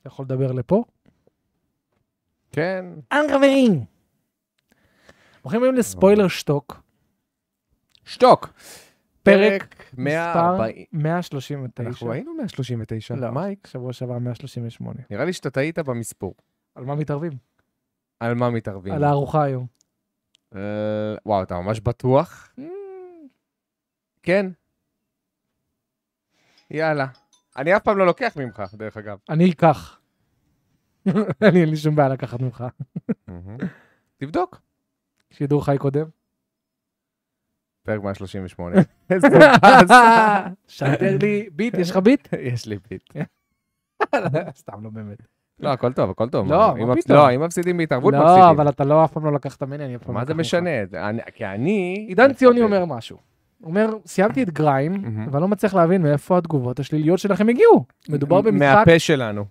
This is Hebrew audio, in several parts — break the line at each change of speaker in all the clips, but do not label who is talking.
אתה יכול לדבר לפה?
כן,
אהלן חברים! הולכים היום לספוילר שטוק,
שתוק.
פרק מספר
140.
139,
אנחנו היינו 139,
לא.
מייק.
שבוע שעבר 138.
נראה לי שאתה טעית במספור.
על מה מתערבים?
על מה מתערבים?
על הארוחה היום.
אה, וואו, אתה ממש בטוח?
Mm.
כן. יאללה. אני אף פעם לא לוקח ממך, דרך אגב.
אני אקח. אני אין לי שום בעיה לקחת ממך.
תבדוק.
שידור חי קודם.
פרק 138. איזה באס.
שדר לי ביט, יש לך ביט?
יש לי ביט.
סתם, לא באמת.
לא, הכל טוב, הכל טוב.
לא,
אם
מה
הפס-
פתאום?
לא, אם מפסידים בהתערבות, מפסידים.
לא, אבל אתה לא אף פעם לא לקחת ממני, אני אף פעם לא
מה זה
אקח ממך.
משנה? זה- אני- כי אני... אוקיי.
עידן ציוני אומר משהו. הוא אומר, סיימתי את גריים,
מהמם.
אבל לא מצליח להבין מאיפה התגובות השליליות שלכם הגיעו. מדובר במשחק...
מהפה שלנו.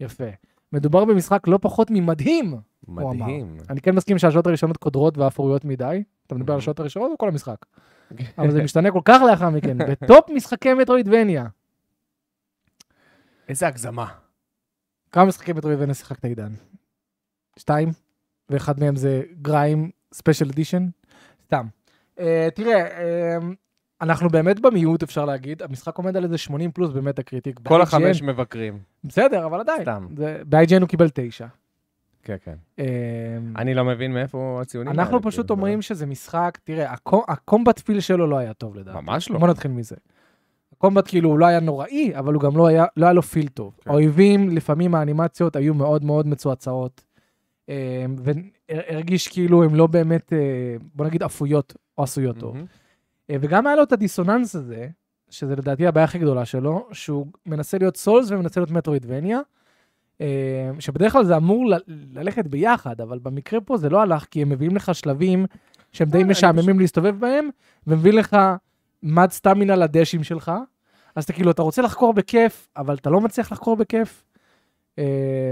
יפה. מדובר במשחק לא פחות ממדהים. הוא אמר.
מדהים.
אני כן מסכים שהשעות הראשונות קודרות ואפוריות מדי. אתה מדבר על
מהמם.
השעות הראשונות או כל המשחק? אבל זה משתנה כל כך לאחר מכן. בטופ משחקי מטרואידבניה.
איזה הגזמה.
כמה משחקי מטרואידבניה שיחקת, עידן? שתיים, ואחד מהם זה גריים ספיישל אדישן? סתם. אה, תראה, אה, אנחנו באמת במיעוט, אפשר להגיד. המשחק עומד על איזה 80 פלוס במטה קריטיק.
כל
ב-IGN.
החמש מבקרים.
בסדר, אבל עדיין.
סתם.
ב-IGN הוא קיבל תשע.
כן, כן.
אה,
אני לא מבין מאיפה הציונים האלה.
אנחנו
כאילו,
פשוט
זה-
אומרים שזה משחק, תראה, הקו- הקומבט פיל שלו לא היה טוב לדעתי.
ממש לא.
בוא נתחיל מזה. הקומבט כאילו הוא לא היה נוראי, אבל הוא גם לא היה, לא היה לו פיל טוב.
כן.
האויבים, לפעמים האנימציות היו מאוד מאוד מצועצעות, אה, והרגיש כאילו הם לא באמת, אה, בוא נגיד, אפויות או עשויות טוב.
מהמם.
אה, וגם היה לו את הדיסוננס הזה, שזה לדעתי הבעיה הכי גדולה שלו, שהוא מנסה להיות סולס ומנסה להיות מטרואידבניה, אה, שבדרך כלל זה אמור ל- ללכת ביחד, אבל במקרה פה זה לא הלך, כי הם מביאים לך שלבים שהם
אה,
די
אני
משעממים להסתובב בהם, ומביא לך מד סטמינה לדשים שלך, אז אתה כאילו, אתה רוצה לחקור בכיף, אבל אתה לא מצליח לחקור בכיף. אה,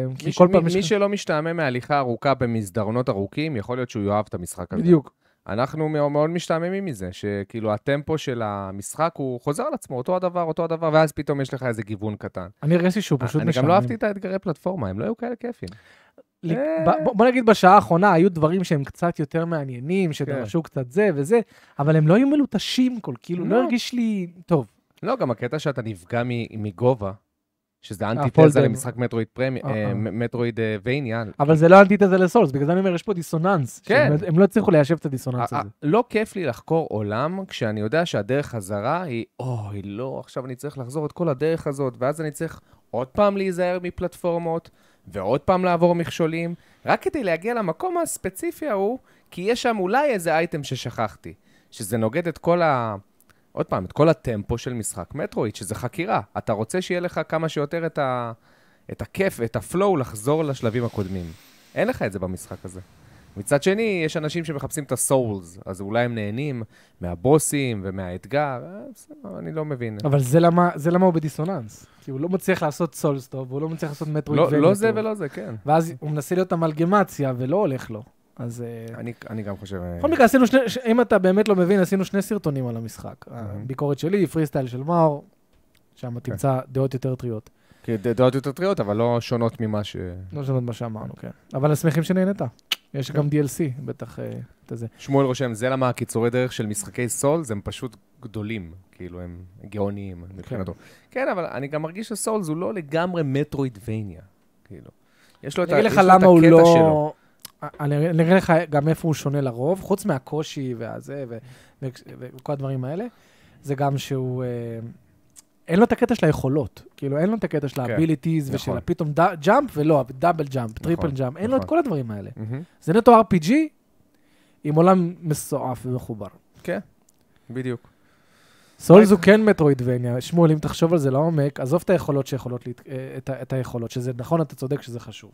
מי
כי
ש-
כל
מי-
פעם יש
מי
לך...
שלא משתעמם מהליכה ארוכה במסדרונות ארוכים, יכול להיות שהוא יאהב את המשחק הזה.
בדיוק.
אנחנו מאו- מאוד משתעממים מזה, שכאילו הטמפו של המשחק הוא חוזר על עצמו, אותו הדבר, אותו הדבר, ואז פתאום יש לך איזה גיוון קטן.
אני הרגשתי שהוא פשוט משעמם.
אני גם לא אהבתי את האתגרי פלטפורמה, הם לא היו כאלה כיפים.
לי-
אה.
ב- בוא- בוא נגיד בשעה האחרונה היו דברים שהם קצת יותר מעניינים, שדרשו קצת זה וזה, אבל הם לא היו מלוטשים כל, כאילו לא
לא.
הרגיש לי טוב.
לא, גם הקטע שאתה נפגע מ- מגובה, שזה אנטיתזה
הפולדר.
למשחק מטרואיד פרמי-
אה, אה.
אה, מ- מטרואיד אה, וניה,
אבל זה לא אנטיתזה לסולס, בגלל זה אני אומר, יש פה דיסוננס.
כן.
שהם- הם לא הצליחו ליישב את הדיסוננס
א- א-
הזה.
לא כיף לי לחקור עולם כשאני יודע שהדרך חזרה היא, אוי, לא, עכשיו אני צריך לחזור את כל הדרך הזאת, ואז אני צריך עוד פעם להיזהר מפלטפורמות, ועוד פעם לעבור מכשולים, רק כדי להגיע למקום הספציפי ההוא, כי יש שם אולי איזה אייטם ששכחתי, שזה נוגד את כל ה... עוד פעם, את כל הטמפו של משחק מטרואיד, שזה חקירה. אתה רוצה שיהיה לך כמה שיותר את, ה... את הכיף, את הפלואו, לחזור לשלבים הקודמים. אין לך את זה במשחק הזה. מצד שני, יש אנשים שמחפשים את הסולס, אז אולי הם נהנים מהבוסים ומהאתגר, אה, בסדר, אני לא מבין.
אבל זה למה- זה למה הוא בדיסוננס. כי הוא לא מצליח לעשות סולס טוב, והוא לא מצליח לעשות מטרואיד
לא,
וניה
לא זה
טוב.
ולא זה, כן.
ואז הוא מנסה להיות המלגמציה, ולא הולך לו. אז... אה,
אני, אני גם חושב... אה,
בכל מקרה, עשינו שני, ש- אם אתה באמת לא מבין, עשינו שני סרטונים על המשחק.
Mhm.
הביקורת שלי, פרי סטייל של מאור, שם תמצא דעות יותר טריות.
כי ד- דעות יותר טריות, אבל לא שונות ממה ש...
לא לשנות מה שאמרנו, כן. אבל שמחים שנהנית. יש גם
אוקיי.
DLC, בטח אה, את זה.
שמואל רושם, זה למה הקיצורי דרך של משחקי סולס הם פשוט גדולים, כאילו, הם גאוניים מבחינתו. כן, אבל אני גם מרגיש שסולס הוא לא לגמרי מטרואידבניה, כאילו. יש לו את,
אני
ה-
אגיד
יש
לך
לו את
למה הוא
הקטע שלו.
לא... אני אני אגיד לך גם איפה הוא שונה לרוב, חוץ מהקושי והזה ו- ו- וכל הדברים האלה, זה גם שהוא... אה, אין לו את הקטע של היכולות, כאילו אין לו את הקטע של
כן,
הביליטיז ושל
נכון.
הפתאום ד- ג'אמפ ולא, דאבל ג'אמפ, טריפל ג'אמפ, אין לו את
נכון.
כל הדברים האלה.
מהמם,
זה נטו RPG עם עולם מסועף ומחובר.
בדיוק.
סולז הוא כן מטרואידבניה, שמואל, אם תחשוב על זה לעומק, עזוב את היכולות שיכולות, להת... אה, את, ה- את היכולות, שזה נכון, אתה צודק שזה חשוב.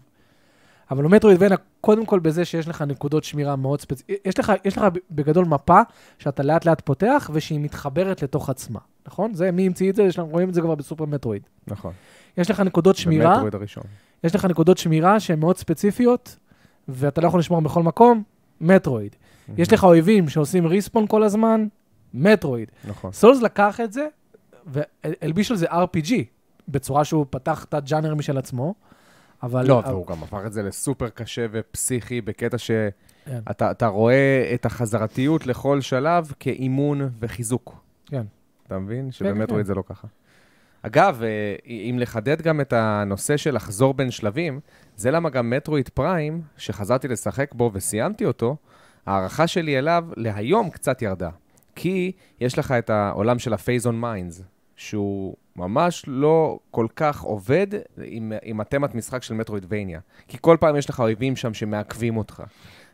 אבל הוא מטרואידבניה, קודם כל בזה שיש לך נקודות שמירה מאוד ספציפיות, יש, לך- יש לך ב- בגדול מפה שאתה לאט לאט פותח ושהיא מתחברת לתוך עצמה, נכון? זה, מי המציא את זה? יש לנו, רואים את זה כבר בסופר מטרואיד.
נכון.
יש לך נקודות שמירה,
במטרואיד הראשון.
יש לך נקודות שמירה שהן מאוד ספציפיות, ואתה לא יכול לשמור בכל מקום, מטרואיד. יש לך אויבים שעושים ריספון כל הזמן, מטרואיד.
נכון.
סולס לקח את זה, והלביש על זה RPG, בצורה שהוא פתח תת-ג'אנר משל עצמו, אבל...
לא,
אבל-
והוא גם הפך את זה לסופר קשה ופסיכי, בקטע
כן.
שאתה אתה רואה את החזרתיות לכל שלב כאימון וחיזוק.
כן.
אתה מבין? שבאמת
כן.
רואים את זה לא ככה. אגב, אה, אם לחדד גם את הנושא של לחזור בין שלבים, זה למה גם מטרואיד פריים, שחזרתי לשחק בו וסיימתי אותו, ההערכה שלי אליו להיום קצת ירדה. כי יש לך את העולם של ה-Phase on Minds, שהוא ממש לא כל כך עובד עם, עם התמת משחק של מטרואידבניה. כי כל פעם יש לך אויבים שם שמעכבים אותך.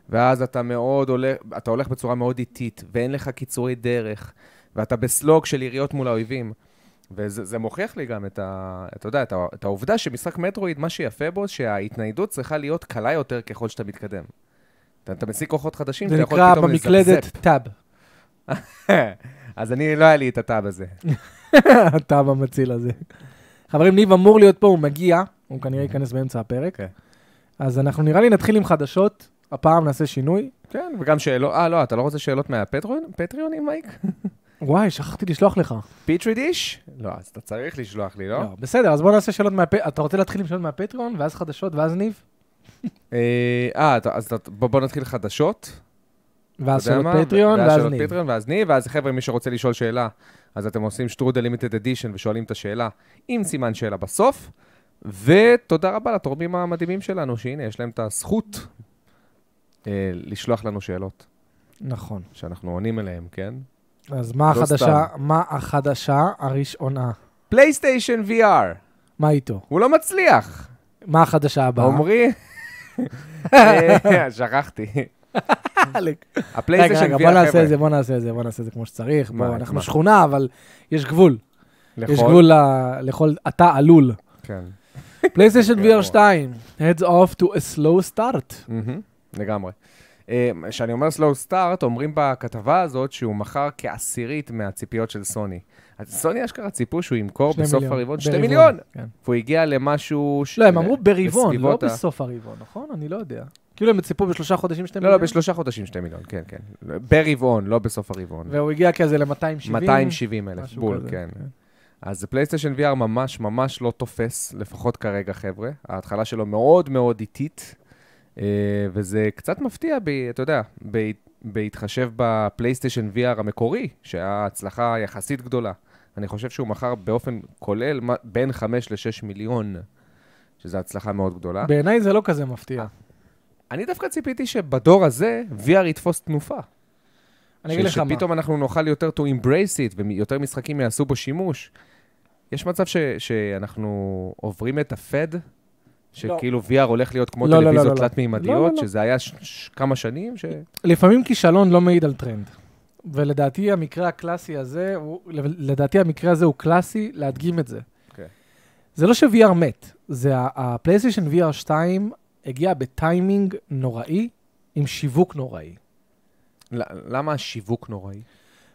ואז אתה מאוד הולך, אתה הולך בצורה מאוד איטית, ואין לך קיצורי דרך, ואתה בסלוג של יריות מול האויבים. וזה זה מוכיח לי גם את, ה, אתה יודע, את, ה, את העובדה שמשחק מטרואיד, מה שיפה בו, שההתניידות צריכה להיות קלה יותר ככל שאתה מתקדם. אתה, אתה משיג כוחות חדשים,
זה
אתה יכול
נקרא
פתאום לזפזפ.
במקלדת טאב.
אז אני, לא היה לי את הטאב הזה.
הטאב המציל הזה. חברים, ניב אמור להיות פה, הוא מגיע, הוא כנראה
אוקיי.
ייכנס באמצע הפרק.
כן.
אז אנחנו נראה לי נתחיל עם חדשות, הפעם נעשה שינוי.
כן, וגם שאלות, אה, לא, אתה לא רוצה שאלות מהפטריונים, מייק?
וואי, שכחתי לשלוח לך.
פיטרי דיש? לא, אז אתה צריך לשלוח לי, לא?
לא, בסדר, אז בוא נעשה שאלות מהפטריון. אתה רוצה להתחיל עם שאלות מהפטריון, ואז חדשות, ואז ניב?
אה, אה, אתה- אז אתה- בוא בוא נתחיל חדשות.
ואז
אתה יודע
שאלות
מה?
פטריון, ואז
שאלות
ניב.
פטריון ואז ניב, ואז חבר'ה, מי שרוצה לשאול שאלה, אז אתם עושים שטרודל לימיטד אדישן ושואלים את השאלה עם סימן שאלה בסוף. ותודה רבה לתורמים המדהימים שלנו, שהנה, יש להם את הזכות אה, לשלוח לנו שאלות
נכון.
שאנחנו עונים עליהן, כן?
אז מה
לא
החדשה, מה החדשה הראשונה?
פלייסטיישן VR,
מה איתו?
הוא לא מצליח.
מה החדשה הבאה?
עמרי... אה, שכחתי.
אה, רגע,
הפלייסטיישן
רגע, בוא
VR,
נעשה
חבר'ה.
את זה, בוא נעשה את זה, בוא נעשה את זה כמו שצריך.
מה,
בוא, אנחנו
מה?
שכונה, אבל יש גבול. יש
לכל-
גבול ל- לכל, אתה עלול.
נכון. כן.
פלייסטיישן
גרוע.
VR 2, heads off to a slow start.
מהמם, לגמרי. אה, כשאני אומר slow start, אומרים בכתבה הזאת שהוא מכר כעשירית מהציפיות של סוני. אז סוני אשכרה ציפו שהוא ימכור
שני
בסוף
מיליון.
הרבעון 2
ברבעון,
מיליון,
כן.
והוא הגיע למשהו... ש-
לא, הם אמרו ברבעון, לא
בסביבות ה-
בסוף הרבעון, נכון? אני לא יודע. כאילו הם ציפו בשלושה חודשים שתי
לא, לא,
מיליון,
בשלושה חודשים 2 מיליון, כן, כן. ברבעון, לא בסוף הרבעון.
והוא הגיע כזה ל-270.
270 אלף,
משהו
בול,
כזה,
כן. אז פלייסטיישן VR ממש ממש לא תופס, לפחות כרגע, חבר'ה. ההתחלה שלו מאוד מאוד איטית, אה, וזה קצת מפתיע, ב, אתה יודע, ב, בהתחשב בפלייסטיישן VR המקורי, שהיה הצלחה יחסית גדולה. אני חושב שהוא מכר באופן כולל מה- בין 5 ל-6 מיליון, שזו הצלחה מאוד גדולה.
בעיניי זה לא כזה
אה,
מפתיע.
אני דווקא ציפיתי שבדור הזה VR יתפוס תנופה.
אני אגיד
ש-
לך מה.
שפתאום אנחנו נוכל יותר to embrace it, ויותר משחקים יעשו בו שימוש. יש מצב ש, שאנחנו עוברים את הפד, שכאילו VR הולך להיות כמו
לא, לא, לא,
טלוויזיות
לא, לא.
תלת-מימדיות,
לא, לא, לא.
שזה היה ש- ש- כמה שנים, ש...
לפעמים כישלון לא מעיד על טרנד. ולדעתי המקרה הקלאסי הזה, הוא, לדעתי המקרה הזה הוא קלאסי להדגים את זה.
אוקיי.
זה לא ש-VR מת, זה ה- הפלייסטיישן VR 2 הגיע בטיימינג נוראי, עם שיווק נוראי.
ל- למה השיווק נוראי?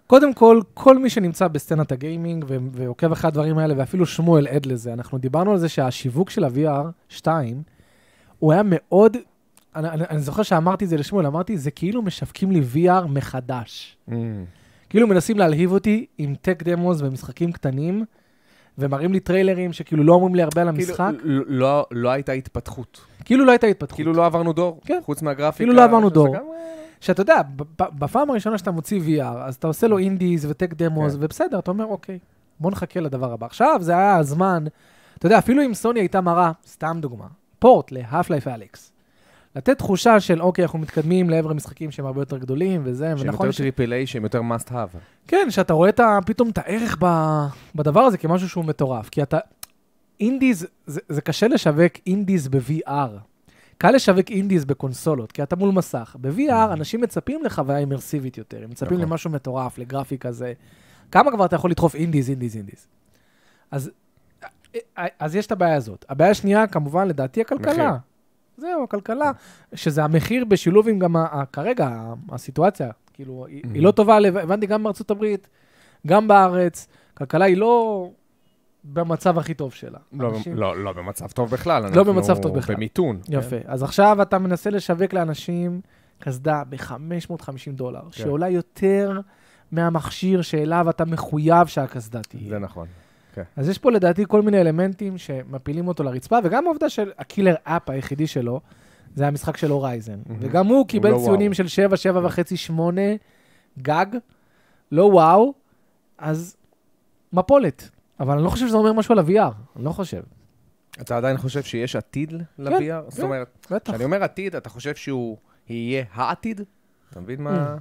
קודם כל, כל מי שנמצא בסצנת הגיימינג ו- ועוקב אחרי הדברים האלה, ואפילו שמואל עד לזה, אנחנו דיברנו על זה שהשיווק של ה-VR 2, הוא היה מאוד, אני, אני, אני זוכר שאמרתי את זה לשמואל, אמרתי, זה כאילו משווקים לי VR מחדש. כאילו מנסים להלהיב אותי עם טק דמוס ומשחקים קטנים, ומראים לי טריילרים שכאילו לא אומרים לי הרבה על
כאילו,
המשחק,
ל- לא, לא הייתה התפתחות.
כאילו לא הייתה התפתחות.
כאילו לא עברנו דור,
כן.
חוץ מהגרפיקה.
כאילו לא עברנו
שזה
דור.
גם, אה,
שאתה יודע, ב- ב- בפעם הראשונה שאתה מוציא VR, אז אתה עושה לו אינדיז וטק דמוס,
כן.
ובסדר, אתה אומר, אוקיי, בוא נחכה לדבר הבא. עכשיו, זה היה הזמן, אתה יודע, אפילו אם סוני הייתה מראה, סתם דוגמה, פורט להאף לייף אליקס. לתת תחושה של, אוקיי, אנחנו מתקדמים לעבר משחקים שהם הרבה יותר גדולים וזה,
שהם
ונכון
יותר טריפל איי, שהם יותר must have.
כן, שאתה רואה את ה, פתאום את הערך ב, בדבר הזה כמשהו שהוא מטורף. כי אתה... אינדיז, זה, זה קשה לשווק אינדיז ב-VR. קל לשווק אינדיז בקונסולות, כי אתה מול מסך. ב-VR אנשים מצפים לחוויה אימרסיבית יותר, הם מצפים
Mm-hmm. נכון.
למשהו מטורף, לגרפיק כזה. כמה כבר אתה יכול לדחוף אינדיז, אינדיז, אינדיז? אז, אה, אז יש את הבעיה הזאת. הבעיה השנייה, כמובן, לדעתי, הכלכלה.
מחיר.
זהו, הכלכלה, שזה המחיר בשילוב עם גם ה- ה- כרגע ה- הסיטואציה. כאילו, היא היא לא טובה, לב- הבנתי, גם בארצות הברית, גם בארץ, כלכלה היא לא במצב הכי טוב שלה.
לא,
אנשים-
לא, לא במצב טוב בכלל.
לא במצב טוב בכלל.
אנחנו במיתון.
יפה. אז עכשיו אתה מנסה לשווק לאנשים קסדה ב-550 דולר,
כן.
שעולה יותר מהמכשיר שאליו אתה מחויב שהקסדה
כן, זה
תהיה.
נכון. כן.
אז יש פה לדעתי כל מיני אלמנטים שמפילים אותו לרצפה, וגם העובדה של הקילר אפ היחידי שלו, זה המשחק של הורייזן.
מהמם.
וגם הוא קיבל
לא
ציונים
וואו.
של 7, 7 וחצי, 8, גג, לא וואו, אז מפולת. אבל אני לא חושב שזה אומר משהו על ה-VR, אני לא חושב.
אתה עדיין חושב שיש עתיד ל-VR? זאת
כן.
אומרת,
בטח.
כשאני אומר עתיד, אתה חושב שהוא יהיה העתיד? אתה מבין מה...
Mm.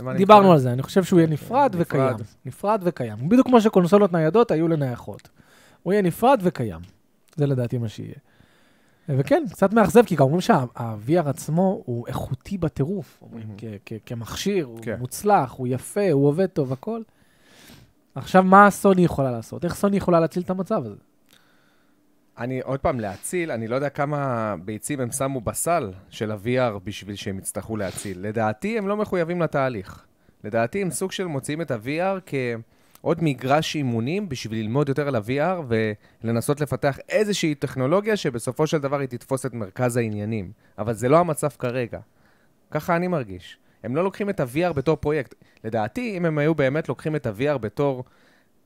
למה אני
דיברנו
מתכוון?
על זה, אני חושב שהוא יהיה נפרד
נפרד.
וקיים. נפרד וקיים. בדיוק כמו שקונסולות ניידות היו לנייחות. הוא יהיה נפרד וקיים. זה לדעתי מה שיהיה. וכן, קצת מאכזב, כי גם אומרים שה-VR עצמו הוא איכותי בטירוף. אומרים,
Mhm.
כ- כ- כמכשיר, הוא
כן.
מוצלח, הוא יפה, הוא עובד טוב, הכל. עכשיו, מה סוני יכולה לעשות? איך סוני יכולה להציל את המצב הזה?
אני עוד פעם, להציל, אני לא יודע כמה ביצים הם שמו בסל של ה-VR בשביל שהם יצטרכו להציל. לדעתי, הם לא מחויבים לתהליך. לדעתי, הם סוג של מוציאים את ה-VR כעוד מגרש אימונים בשביל ללמוד יותר על ה-VR ולנסות לפתח איזושהי טכנולוגיה שבסופו של דבר היא תתפוס את מרכז העניינים. אבל זה לא המצב כרגע. ככה אני מרגיש. הם לא לוקחים את ה-VR בתור פרויקט. לדעתי, אם הם היו באמת לוקחים את ה-VR בתור...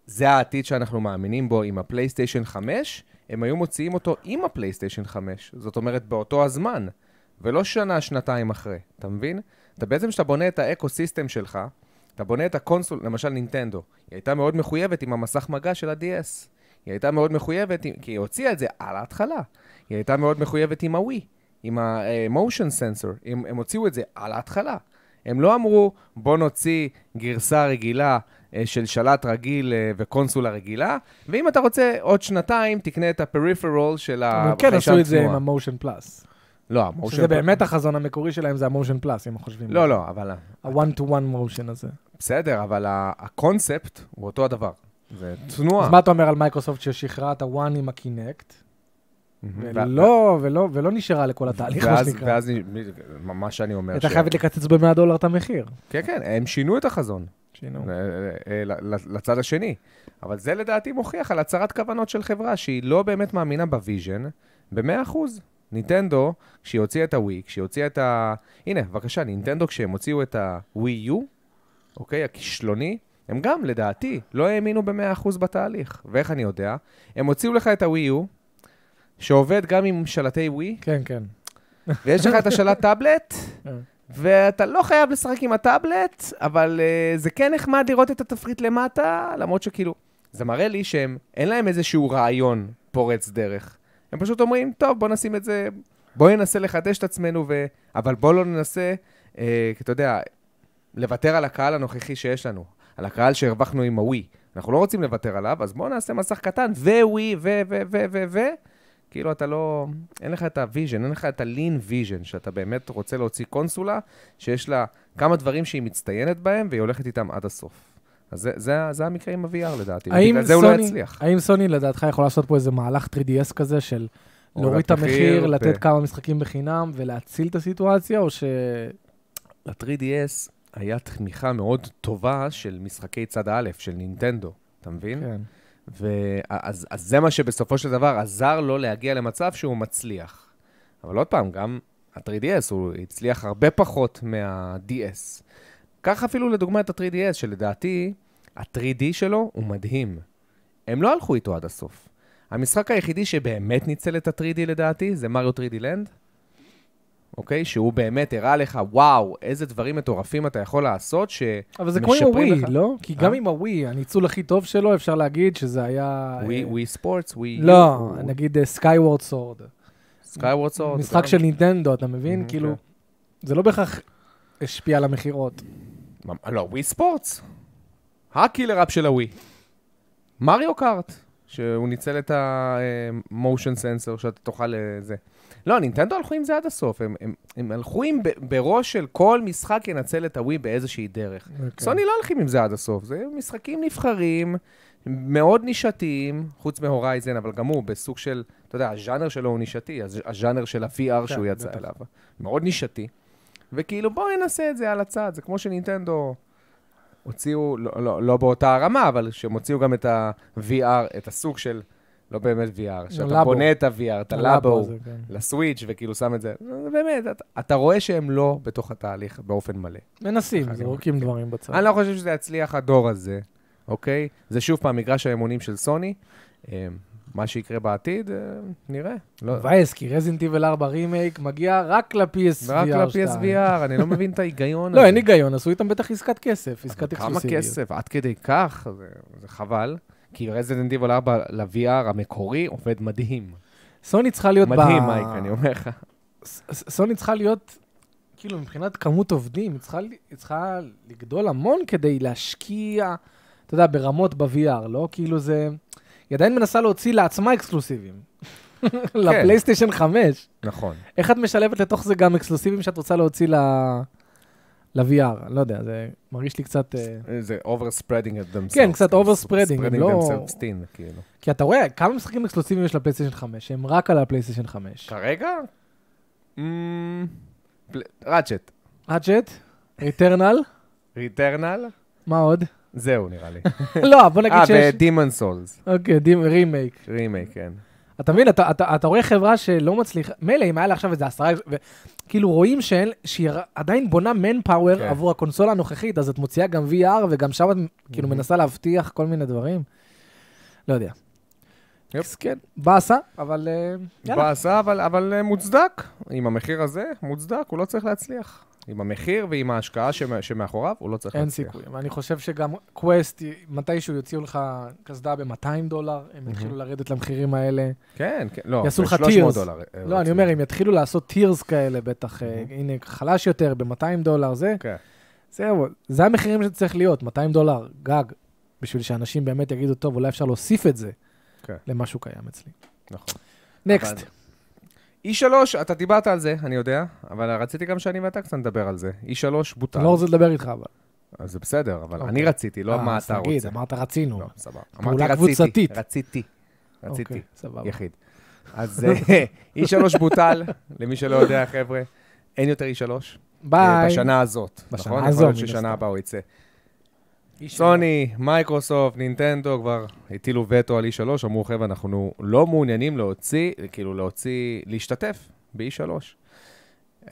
זה העתיד שאנחנו מאמינים בו עם הפלייסטיישן 5, הם היו מוציאים אותו עם הפלייסטיישן 5. זאת אומרת, באותו הזמן, ולא שנה, שנתיים אחרי. אתה מבין? אתה בעצם, כשאתה בונה את האקו-סיסטם שלך, אתה בונה את הקונסול, למשל נינטנדו. היא הייתה מאוד מחויבת עם המסך מגע של ה-DS. היא הייתה מאוד מחויבת, עם- כי היא הוציאה את זה על ההתחלה. היא הייתה מאוד מחויבת עם הווי, עם ה-motion sensor. הם, הם הוציאו את זה על ההתחלה. הם לא אמרו, בוא נוציא גרסה רגילה אה, של שלט רגיל אה, וקונסולה רגילה, ואם אתה רוצה עוד שנתיים, תקנה את הפריפרול של
אבל
החיישן
כן עשו את זה עם
תנועה."
המושן פלאס.
לא, המושן...
שזה באמת החזון המקורי שלהם, זה המושן פלאס, אם חושבים.
לא, לא, אבל...
ה-one to one מושן הזה.
בסדר, אבל ה- הקונספט הוא אותו הדבר. זה תנועה.
אז מה אתה אומר על מייקרוסופט ששחררה את הוואן עם הקינקט?
מהמם. ו-
ולא, ולא, ולא נשארה לכל התהליך, לא, מה
ואז-
שנקרא.
ואז נ- ממש אני אומר
הייתה חייבת לקצץ ב-100 דולר את המחיר.
כן, כן, הם שינו את החזון.
שינו.
אה, אה, ל- ל- לצד השני. אבל זה לדעתי מוכיח על הצהרת כוונות של חברה שהיא לא באמת מאמינה בוויז'ן ב-100%. ניטנדו, כשהיא הוציאה את הווי, כשהיא הוציאה את ה... הנה, בבקשה, נינטנדו, כשהם הוציאו את הווי יו, אוקיי, הכישלוני, הם גם, לדעתי, לא האמינו ב-100% בתהליך. ואיך אני יודע? הם הוציאו לך את הווי יו, שעובד גם עם שלטי ווי,
כן, כן.
ויש לך את השלט טאבלט,
אה.
ואתה לא חייב לשחק עם הטאבלט, אבל uh, זה כן נחמד לראות את התפריט למטה, למרות שכאילו, זה מראה לי שהם, אין להם איזשהו רעיון פורץ דרך. הם פשוט אומרים, טוב, בוא נשים את זה, בוא ננסה לחדש את עצמנו, ו... אבל בוא לא ננסה, אה, אתה יודע, לוותר על הקהל הנוכחי שיש לנו, על הקהל שהרווחנו עם הווי. אנחנו לא רוצים לוותר עליו, אז בואו נעשה מסך קטן, וווי, ו, ו, ו, ו, ו. כאילו, אתה לא... אין לך את הוויז'ן, אין לך את הלין ויז'ן, שאתה באמת רוצה להוציא קונסולה, שיש לה כמה דברים שהיא מצטיינת בהם, והיא הולכת איתם עד הסוף. אז זה, זה, זה המקרה עם ה-VR לדעתי,
האם
ובגלל זה הוא לא
סוני-
יצליח.
האם סוני לדעתך יכולה לעשות פה איזה מהלך 3DS כזה של
או
להוריד את המחיר,
למחיר,
לתת
ו-
כמה משחקים בחינם ולהציל את הסיטואציה, או ש...
ל-3DS היה תמיכה מאוד טובה של משחקי צד א', של נינטנדו, אתה מבין?
כן.
ואז אז זה מה שבסופו של דבר עזר לו להגיע למצב שהוא מצליח. אבל עוד פעם, גם ה-3DS, הוא הצליח הרבה פחות מה-DS. קח אפילו לדוגמה את ה-3DS, שלדעתי, ה-3D שלו הוא מדהים. הם לא הלכו איתו עד הסוף. המשחק היחידי שבאמת ניצל את ה-3D לדעתי, זה מריו 3D לנד, אוקיי? שהוא באמת הראה לך, וואו, איזה דברים מטורפים אתה יכול לעשות, ש...
אבל זה כמו עם
משפרים
הווי,
לך.
לא? כי גם
אה?
עם הווי, הניצול הכי טוב שלו, אפשר להגיד שזה היה...
ווי
אה,
ווי ספורטס, ווי...
לא, נגיד סקייוורד סורד.
סקייוורד סורד.
משחק של נינטנדו, אתה מבין?
Mhm,
כאילו,
כן.
זה לא בהכרח השפיע על המכירות.
ממ- לא, ווי ספורטס. הקילר אפ של הווי. מריו קארט, שהוא ניצל את המושן סנסור שאתה תוכל אה, זה. לא, נינטנדו הלכו עם זה עד הסוף. הם, הם, הם הלכו עם ב- בראש של כל משחק ינצל את הווי באיזושהי דרך.
אוקיי.
סוני לא הלכים עם זה עד הסוף. זה משחקים נבחרים, מאוד נישתיים, חוץ מהורייזן, אבל גם הוא בסוג של, אתה יודע, הז'אנר שלו הוא נישתי, הז- הז'אנר של ה-VR לא שהוא
כן,
יצא
בטח.
אליו. מאוד נישתי. וכאילו, בואו ננסה את זה על הצד. זה כמו שנינטנדו הוציאו, לא, לא, לא באותה הרמה, אבל שהם הוציאו גם את ה-VR, את הסוג של, לא באמת VR, שאתה
הלאבו.
בונה את ה-VR, את הלאבו,
הזה, כן.
לסוויץ', וכאילו שם את זה. זה באמת, אתה, אתה רואה שהם לא בתוך התהליך באופן מלא.
מנסים,
אחר כך.
זורקים דברים בצד.
אני לא חושב שזה יצליח הדור הזה, אוקיי? זה שוב פעם מגרש האמונים של סוני. אה, מה שיקרה בעתיד, אה, נראה. לא,
מבאס, כי רזינט איבל 4 רימייק מגיע רק ל-PSVR
רק
2.
ל-PSVR, אני לא מבין את ההיגיון הזה.
לא, אין היגיון, עשו איתם בטח עסקת כסף, עסקת
כמה
אקסקוסיביות.
כסף? עד כדי כך? זה, זה חבל. כי רזידנט איבל 4 ל-VR המקורי עובד מדהים.
סוני צריכה להיות...
מדהים,
ב-
מייק, אני אומר לך.
ס- ס- סוני צריכה להיות, כאילו, מבחינת כמות עובדים, היא צריכה, ל- היא צריכה לגדול המון כדי להשקיע, אתה יודע, ברמות ב-VR, לא? כאילו זה... היא עדיין מנסה להוציא לעצמה אקסקלוסיבים. לפלייסטיישן 5.
נכון.
איך את משלבת לתוך זה גם אקסקלוסיבים שאת רוצה להוציא ל... ל-VR? אני לא יודע, זה מרגיש לי קצת... אה,
זה overspreading את themselves. כאילו,
כן, קצת overspreading,
Spreading
לא-
themselves thin, כאילו.
כי אתה רואה כמה משחקים אקסקלוסיביים יש לפלייסטיישן 5, הם רק על הפלייסטיישן 5.
כרגע? Mm, ראצ'ט.
ראג'ט, ריטרנל,
ריטרנל?
מה עוד?
זהו, נראה לי.
לא, בוא נגיד
אה,
שיש...
ודימון סולס.
אוקיי, דים- רימייק.
רימייק, כן.
אתה מבין, אתה, אתה, אתה רואה חברה שלא מצליחה, מילא אם היה לה עכשיו איזה עשרה, ו... כאילו רואים שאין, שהיא עדיין בונה manpower
כן.
כן. עבור הקונסולה הנוכחית, אז את מוציאה גם VR וגם שם את כאילו
Mhm.
מנסה להבטיח כל מיני דברים. לא יודע.
יופ.
אז כן, באסה, אבל אה, יאללה.
באסה, אבל, אבל אה, מוצדק. עם המחיר הזה, מוצדק, הוא לא צריך להצליח. עם המחיר ועם ההשקעה שמ- שמאחוריו, הוא לא צריך
אין
להצליח.
סיכוי. ואני חושב שגם קווסט, מתישהו יוציאו לך קסדה ב-200 דולר, הם
Mhm.
יתחילו לרדת למחירים האלה.
כן, כן, לא,
יעשו לך
ב- 300
tiers.
דולר. אה,
לא, אני
רציני.
אומר, הם יתחילו לעשות טירס כאלה בטח, אה,
Mhm.
הנה, חלש יותר, ב-200 דולר, זה.
כן.
זהו, זה המחירים שזה צריך להיות, 200 דולר, גג, בשביל שאנשים באמת יגידו, טוב, אולי אפשר להוסיף את זה
כן.
למה שהוא קיים אצלי.
נכון.
נקסט.
E3, E אתה דיברת על זה, אני יודע, אבל רציתי גם שאני ואתה קצת נדבר על זה. E3 בוטל.
אני לא רוצה לדבר איתך, אבל.
אז זה בסדר, אבל
אוקיי.
אני רציתי, לא
אה,
מה
אז
אתה
תגיד,
רוצה.
אמרת רצינו.
לא, סבבה.
פעולה
אמרתי רציתי.
קבוצתית.
רציתי. רציתי.
אוקיי, סבבה.
יחיד. אז אה, E3 בוטל, למי שלא יודע, חבר'ה, אין יותר E E3. אה,
ביי.
בשנה הזאת.
בשנה
נכון?
הזו,
יכול להיות
מן הסתם.
ששנה הבאה הוא יצא.
איש
סוני, מייקרוסופט, נינטנדו כבר הטילו וטו על E3, אמרו, חבר'ה, אנחנו לא מעוניינים להוציא, כאילו להוציא, להשתתף ב-E3.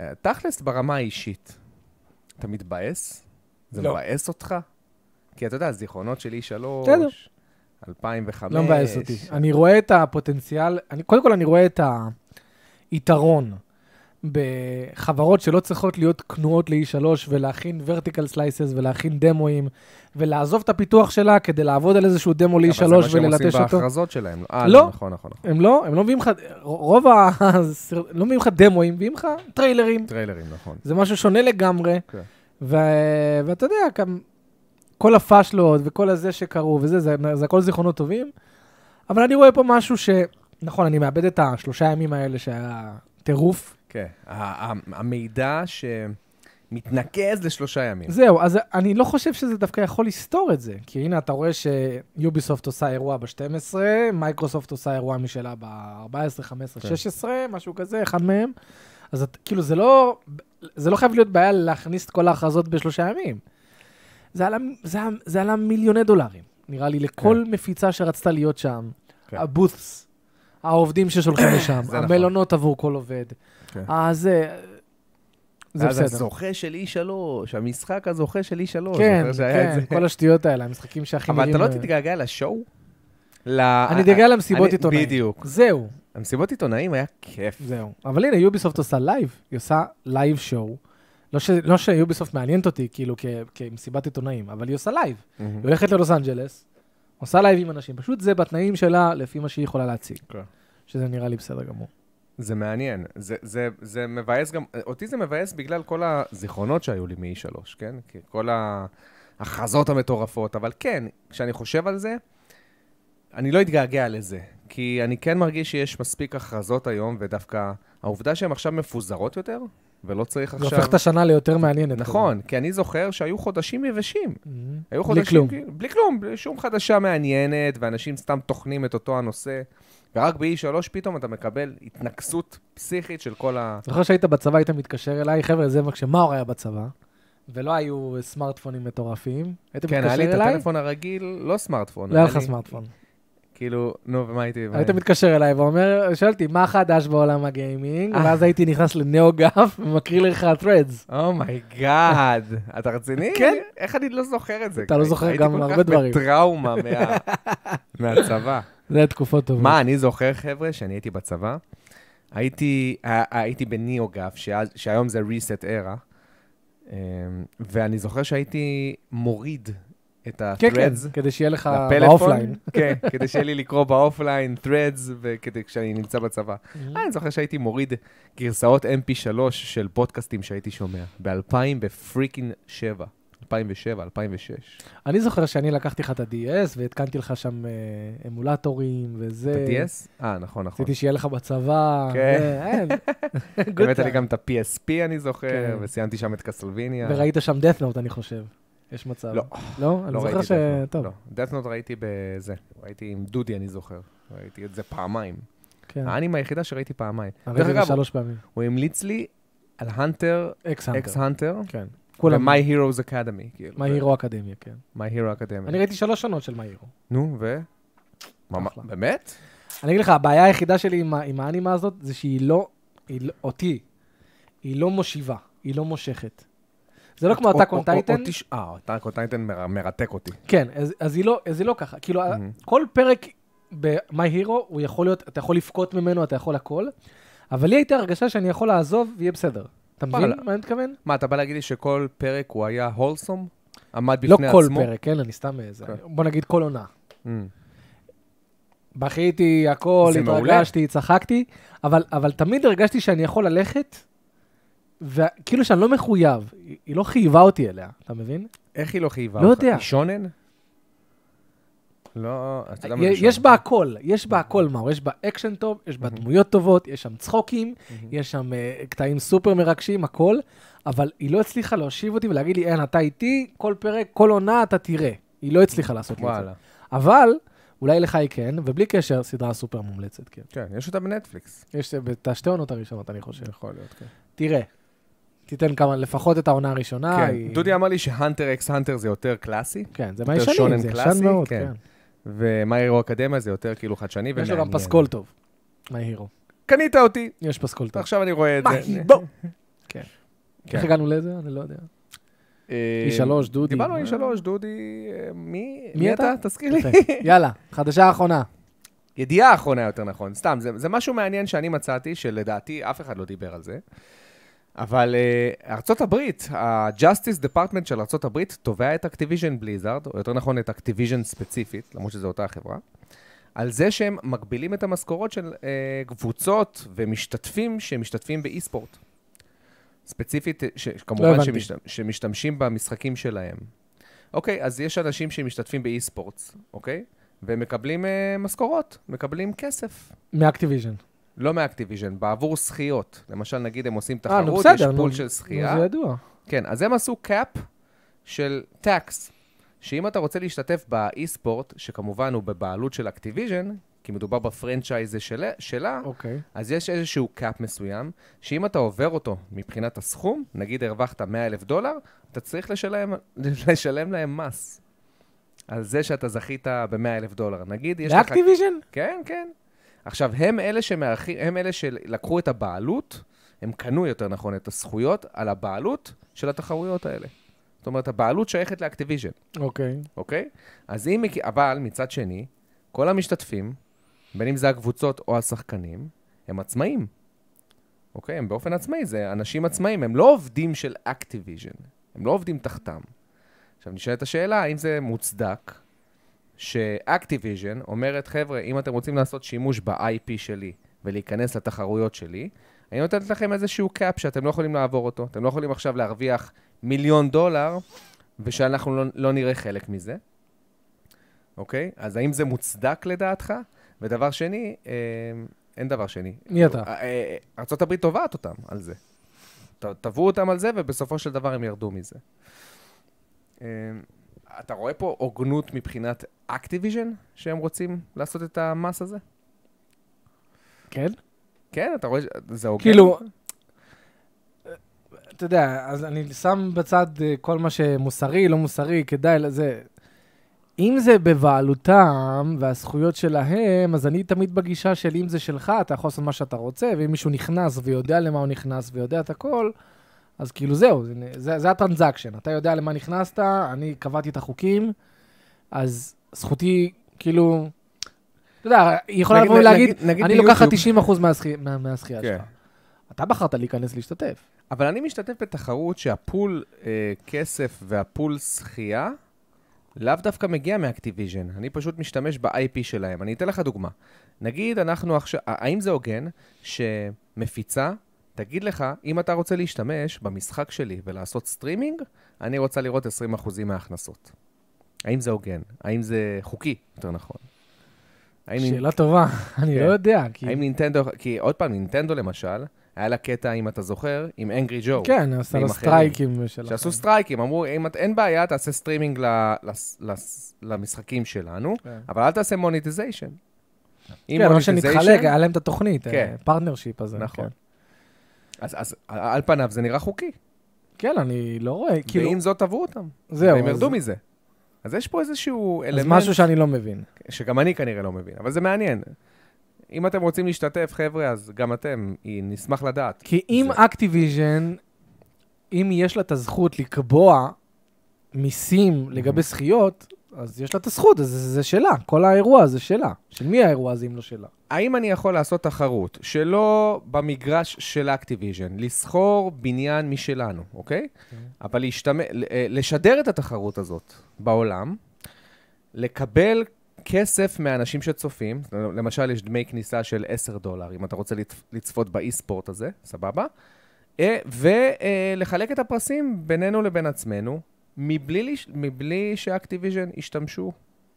אה, תכלס, ברמה האישית, אתה מתבאס? זה
לא.
מבאס אותך? כי אתה יודע, זיכרונות של E E3,
בסדר.
2005.
לא מבאס אותי. אני רואה את הפוטנציאל, אני, קודם כל אני רואה את היתרון בחברות שלא צריכות להיות כנועות ל-E3 ולהכין vertical slices ולהכין דמוים ולעזוב את הפיתוח שלה כדי לעבוד על איזשהו דמו ל-E3
אבל זה מה שהם
וללטש
עושים
אותו.
בהכרזות שלהם. אה,
לא.
לא. נכון, נכון, נכון.
הם לא, הם לא מביאים לך, רוב ה... לא מביאים לך דמוים, מביאים לך טריילרים.
טריילרים, נכון.
זה משהו שונה לגמרי.
כן.
ו... ואתה יודע, גם כל הפאשלות וכל הזה שקרו וזה, זה, זה הכל זיכרונות טובים. אבל אני רואה פה משהו ש... נכון, אני מאבד את השלושה ימים האלה שהיה טירוף.
כן. ה- ה- המידע שמתנקז לשלושה ימים.
זהו, אז אני לא חושב שזה דווקא יכול לסתור את זה. כי הנה, אתה רואה שיוביסופט עושה אירוע ב-12, מייקרוסופט עושה אירוע משלה ב-14, 15,
כן.
16, משהו כזה, אחד מהם. אז את, כאילו, זה לא, זה לא חייב להיות בעיה להכניס את כל ההכרזות בשלושה ימים. זה עלה, זה, עלה- זה עלה מיליוני דולרים, נראה לי, לכל מפיצה שרצתה להיות שם.
כן.
הבוטס, העובדים ששולחים לשם,
זה נכון.
המלונות עבור כל עובד.
כן.
אז זה, זה
אז
בסדר.
הזוכה של E3, המשחק הזוכה של E3.
כן,
זוכר שהיה את
כן,
נכון, זה?
כל השטויות האלה, המשחקים שהכי
אבל
נראים...
אתה לא
אה,
תתגעגע לשואו? ל-
אני דגל למסיבות
אני-
עיתונאים.
בדיוק.
זהו,
המסיבות עיתונאים היה כיף.
זהו. אבל הנה, יוביסופט עושה לייב, היא עושה לייב שואו. לא ש- לא שיוביסופט מעניינת אותי, כאילו, כ- כמסיבת עיתונאים, אבל היא עושה לייב. היא הולכת ללוס אנג'לס, עושה לייב עם אנשים. פשוט זה בתנאים שלה, לפי מה שהיא יכולה להציג.
כן.
שזה נראה לי בסדר גמור.
זה מעניין. זה- זה- זה מבאס גם, אותי זה מבאס בגלל כל הזיכרונות שהיו לי מ-E3, כן? כי כל ההכרזות המטורפות, אבל כן, כשאני חושב על זה, אני לא אתגעגע לזה. כי אני כן מרגיש שיש מספיק הכרזות היום, ודווקא העובדה שהן עכשיו מפוזרות יותר, ולא צריך
זה
עכשיו...
הופך את השנה ליותר מעניינת.
נכון, כי אני זוכר שהיו חודשים יבשים.
כזה. מהמם.
היו
Mm-hmm. בלי
חודשים,
כלום.
כאילו, בלי כלום, בלי שום חדשה מעניינת, ואנשים סתם טוחנים את אותו הנושא. ורק ב-E3 פתאום אתה מקבל התנקסות פסיכית של כל ה...
זוכר שהיית בצבא, היית מתקשר אליי, חבר'ה, זה מה שמאור היה בצבא, ולא היו סמארטפונים מטורפים. היית
כן, היה
מתקשר
לי את
אליי,
הטלפון הרגיל, לא סמארטפון.
לא היה לך
לי-
סמארטפון.
כאילו, נו, ומה הייתי...
היית מתקשר אליי ואומר, שאלתי, מה חדש בעולם הגיימינג?
אה.
ואז הייתי נכנס לנאו-גאף ומקריא לך threads.
אומייגאד, Oh אתה רציני?
כן.
איך אני לא זוכר את זה?
אתה לא זוכר גם הרבה דברים.
הייתי כל כך בטראומה מה- מהצבא.
זה היה תקופות טובות.
מה, אני זוכר, חבר'ה, שאני הייתי בצבא, הייתי, ה- הייתי בניאוגף, שאז- שהיום זה reset era, אמ, ואני זוכר שהייתי מוריד את
כן, כן,
ה-threads
כדי שיהיה לך
לפלאפון.
באופליין.
כן, כדי שיהיה לי לקרוא באופליין threads, וכדי כשאני נמצא בצבא.
Mm-hmm.
אה, אני זוכר שהייתי מוריד גרסאות mp3 של פודקאסטים שהייתי שומע, ב-2000 בפריקינג 7. 2007, 2006.
אני זוכר שאני לקחתי לך את ה-DS והתקנתי לך שם אה, אמולטורים וזה.
אתה DS? אה, נכון, נכון.
רציתי שיהיה לך בצבא. אה,
כן.
כן.
הבאת לי גם את ה-PSP, אני
כן.
זוכר, וסיימתי שם את קסלוויניה.
וראית שם death note, אני חושב. יש מצב.
לא,
אה. לא? אני
לא
זוכר
ראיתי
ש...
דאטנוט.
טוב,
לא, דאטנוט ראיתי בזה. ראיתי עם דודי, אני זוכר. ראיתי את זה פעמיים.
כן.
האנים היחידה שראיתי פעמיים.
ראיתי את
דרך
זה
אגב,
שלוש פעמים.
הוא המליץ לי על הנטר,
אקס
אקס
האנטר.
הנטר,
כן. כולם.
ו-My Heroes Academy. כאילו.
מה הירו אקדמיה, כן.
My Hero Academy.
אני ראיתי שלוש עונות של מה הירו.
נו, ו? ממש-
אחלה.
באמת?
אני אגיד לך, הבעיה היחידה שלי עם ה- עם האנימה הזאת, זה שהיא לא, היא לא- אותי, היא לא מושיבה, היא לא מושכת. זה לא כמו
או-
הטאק
או-
און
או-
טייטן,
אותי ש- אה, הטאק און טייטן מר- מרתק אותי.
כן, אז- אז היא לא, אז היא לא ככה. כאילו, ה-
Mhm.
כל פרק ב-My Hero, הוא יכול להיות, אתה יכול לבכות ממנו, אתה יכול הכל, אבל לי הייתה הרגשה שאני יכול לעזוב ויהיה בסדר. אתה מבין
וואלה.
מה אני מתכוון?
מה, אתה בא להגיד לי שכל פרק הוא היה הולסום? עמד בפני
לא
עצמו?
כל פרק, כן, אני סתם איזה,
כן.
בוא נגיד כל עונה.
Mm.
בכיתי, הכל,
זה מעולה.
התרגשתי, צחקתי, אבל, אבל תמיד הרגשתי שאני יכול ללכת, וכאילו שאני לא מחויב, היא, היא לא חייבה אותי אליה, אתה מבין?
איך היא לא חייבה
לא
אותך?
יודע.
היא שונן? לא, אתה יודע מה זה
יש,
שונן.
יש בה הכל, יש בה הכל, מאור, יש בה אקשן טוב, יש בה דמויות טובות, יש שם צחוקים, יש שם אה, קטעים סופר מרגשים, הכל, אבל היא לא הצליחה להושיב אותי ולהגיד לי, אין, אתה איתי, כל פרק, כל עונה אתה תראה. היא לא הצליחה לעשות לי את זה.
וואלה.
אבל, אולי לך היא כן, ובלי קשר, סדרה סופר מומלצת, כן.
כן, יש אותה בנטפליקס.
יש אה, את השתי עונות הראשונות, אני חושב.
יכול להיות, כן.
תראה, תיתן כמה, לפחות את העונה הראשונה.
כן,
היא-
דודי אמר לי שהנטר אקס הנטר זה יותר קלאסי,
כן, זה
יותר
מהישנים,
שונן
זה
קלאסי,
ישן מאוד,
כן.
כן.
ומה אירו אקדמיה זה יותר כאילו חדשני
יש
ומעניין.
לו גם פסקול טוב, מהירו.
קנית אותי,
יש פסקול טוב.
עכשיו אני רואה את זה. אה,
מהירו! כן.
כן.
איך הגענו לזה? אני לא יודע.
אה,
E3, E דודי.
דיברנו על E3, דודי, אה, מי
מי
מי
אתה?
אתה? תזכיר לי.
יפה. יאללה, חדשה האחרונה.
ידיעה אחרונה יותר נכון, סתם, זה, זה משהו מעניין שאני מצאתי, שלדעתי אף אחד לא דיבר על זה. אבל uh, ארצות הברית, ה-Justice Department של ארצות הברית, תובע את אקטיביז'ן בליזארד, או יותר נכון את אקטיביז'ן ספציפית, למרות שזו אותה החברה, על זה שהם מגבילים את המשכורות של uh, קבוצות ומשתתפים שמשתתפים באי-ספורט. ספציפית, אה, ש-
לא
שכמובן
הבנתי.
שמשת, שמשתמשים במשחקים שלהם. אוקיי, אז יש אנשים שמשתתפים באי-ספורטס, אוקיי? והם מקבלים אה, משכורות, מקבלים כסף.
מאקטיביז'ן.
לא מאקטיביז'ן, בעבור זכיות. למשל, נגיד הם עושים
אה, נו,
תחרות, יש
בסדר,
פול
נו,
של
נו,
זכייה.
זה ידוע.
כן, אז הם עשו קאפ של טאקס, שאם אתה רוצה להשתתף באי-ספורט, שכמובן הוא בבעלות של אקטיביז'ן, כי מדובר בפרנצ'ייז שלה, שלה
אוקיי.
אז יש איזשהו קאפ מסוים, שאם אתה עובר אותו מבחינת הסכום, נגיד הרווחת 100 אלף דולר, אתה צריך לשלם, לשלם להם מס. על זה שאתה זכית ב-100 אלף דולר. נגיד, יש לך...
לאקטיביז'ן?
כן, כן. עכשיו, הם אלה שמארחים, הם אלה שלקחו את הבעלות, הם קנו יותר נכון את הזכויות על הבעלות של התחרויות האלה. זאת אומרת, הבעלות שייכת לאקטיביז'ן,
אוקיי.
אוקיי? אז אם, אבל מצד שני, כל המשתתפים, בין אם זה הקבוצות או השחקנים, הם עצמאים. אוקיי? הם באופן עצמאי, זה אנשים עצמאים, הם לא עובדים של אקטיביז'ן, הם לא עובדים תחתם. עכשיו נשאלת השאלה, האם זה מוצדק שאקטיביז'ן אומרת, חבר'ה, אם אתם רוצים לעשות שימוש ב-IP שלי ולהיכנס לתחרויות שלי, אני נותנת לכם איזשהו קאפ שאתם לא יכולים לעבור אותו. אתם לא יכולים עכשיו להרוויח מיליון דולר ושאנחנו לא, לא נראה חלק מזה, אוקיי? אז האם זה מוצדק לדעתך? ודבר שני, אה, אין דבר שני.
מי אתה?
אה, אה, ארה"ב תובעת אותם על זה. ת- תבעו אותם על זה, ובסופו של דבר הם ירדו מזה. אה, אתה רואה פה הוגנות מבחינת אקטיביז'ן, שהם רוצים לעשות את המס הזה?
כן?
כן, אתה רואה, ש- זה הוגן.
כאילו, אתה אה, יודע, אז אני שם בצד אה, כל מה שמוסרי, לא מוסרי, כדאי לזה. אם זה בבעלותם והזכויות שלהם, אז אני תמיד בגישה של אם זה שלך, אתה יכול לעשות מה שאתה רוצה, ואם מישהו נכנס ויודע למה הוא נכנס ויודע את הכל, אז כאילו זהו, זה, זה, זה הטרנזקשן. אתה יודע למה נכנסת, אני קבעתי את החוקים, אז זכותי, כאילו, אתה יודע, היא יכולה
נגיד-
לבוא
נגיד-
ולהגיד,
נגיד
אני לוקחת
ביוטיוב."
90% מהזכי- מה- מהזכייה
כן.
שלך. אתה בחרת להיכנס להשתתף.
אבל אני משתתף בתחרות שהפול אה, כסף והפול שחייה לאו דווקא מגיע מאקטיביז'ן, אני פשוט משתמש ב-IP שלהם. אני אתן לך דוגמה. נגיד אנחנו עכשיו, אה, האם זה הוגן שמפיצה תגיד לך, אם אתה רוצה להשתמש במשחק שלי ולעשות סטרימינג, אני רוצה לראות 20% מההכנסות. האם זה הוגן? האם זה חוקי, יותר נכון? האם
שאלה טובה, אני
כן.
לא יודע. כי-
האם נינטנדו, כי עוד פעם, נינטנדו למשל, היה לה קטע, אם אתה זוכר, עם אנגרי ג'ו.
כן, עשה
ועם
לה
אחרים.
סטרייקים שלכם.
שעשו סטרייקים, אמרו, אם את, אין בעיה, תעשה סטרימינג ל, לס, לס, למשחקים שלנו,
כן.
אבל אל תעשה מוניטיזיישן.
כן, אבל שנתחלק, היה להם את התוכנית,
כן.
פרטנרשיפ הזה.
נכון.
כן.
אז, אז על פניו זה נראה חוקי,
כן, אני לא רואה, כאילו,
כאילו... ועם זאת עברו אותם,
זהו.
והם ירדו
אז-
מזה. אז יש פה איזשהו
אז
אלמנט,
משהו שאני לא מבין.
שגם אני כנראה לא מבין, אבל זה מעניין. אם אתם רוצים להשתתף, חבר'ה, אז גם אתם, היא- נשמח לדעת.
כי אם
זה-
אקטיביז'ן, אם יש לה את הזכות לקבוע מיסים
Mhm.
לגבי זכיות, אז יש לה את הזכות, אז זה זה שלה. כל האירוע הזה שלה. של מי האירוע הזה אם לא שלה?
האם אני יכול לעשות תחרות שלא במגרש של אקטיביז'ן, לסחור בניין משלנו, אוקיי?
כן.
אבל להשתמ... ל- אה, לשדר את התחרות הזאת בעולם, לקבל כסף מאנשים שצופים, למשל יש דמי כניסה של 10 דולר, אם אתה רוצה לצ- לצפות באי-ספורט הזה, סבבה? אה, ולחלק את הפרסים בינינו לבין עצמנו, מבלי, לש- מבלי שאקטיביז'ן ישתמשו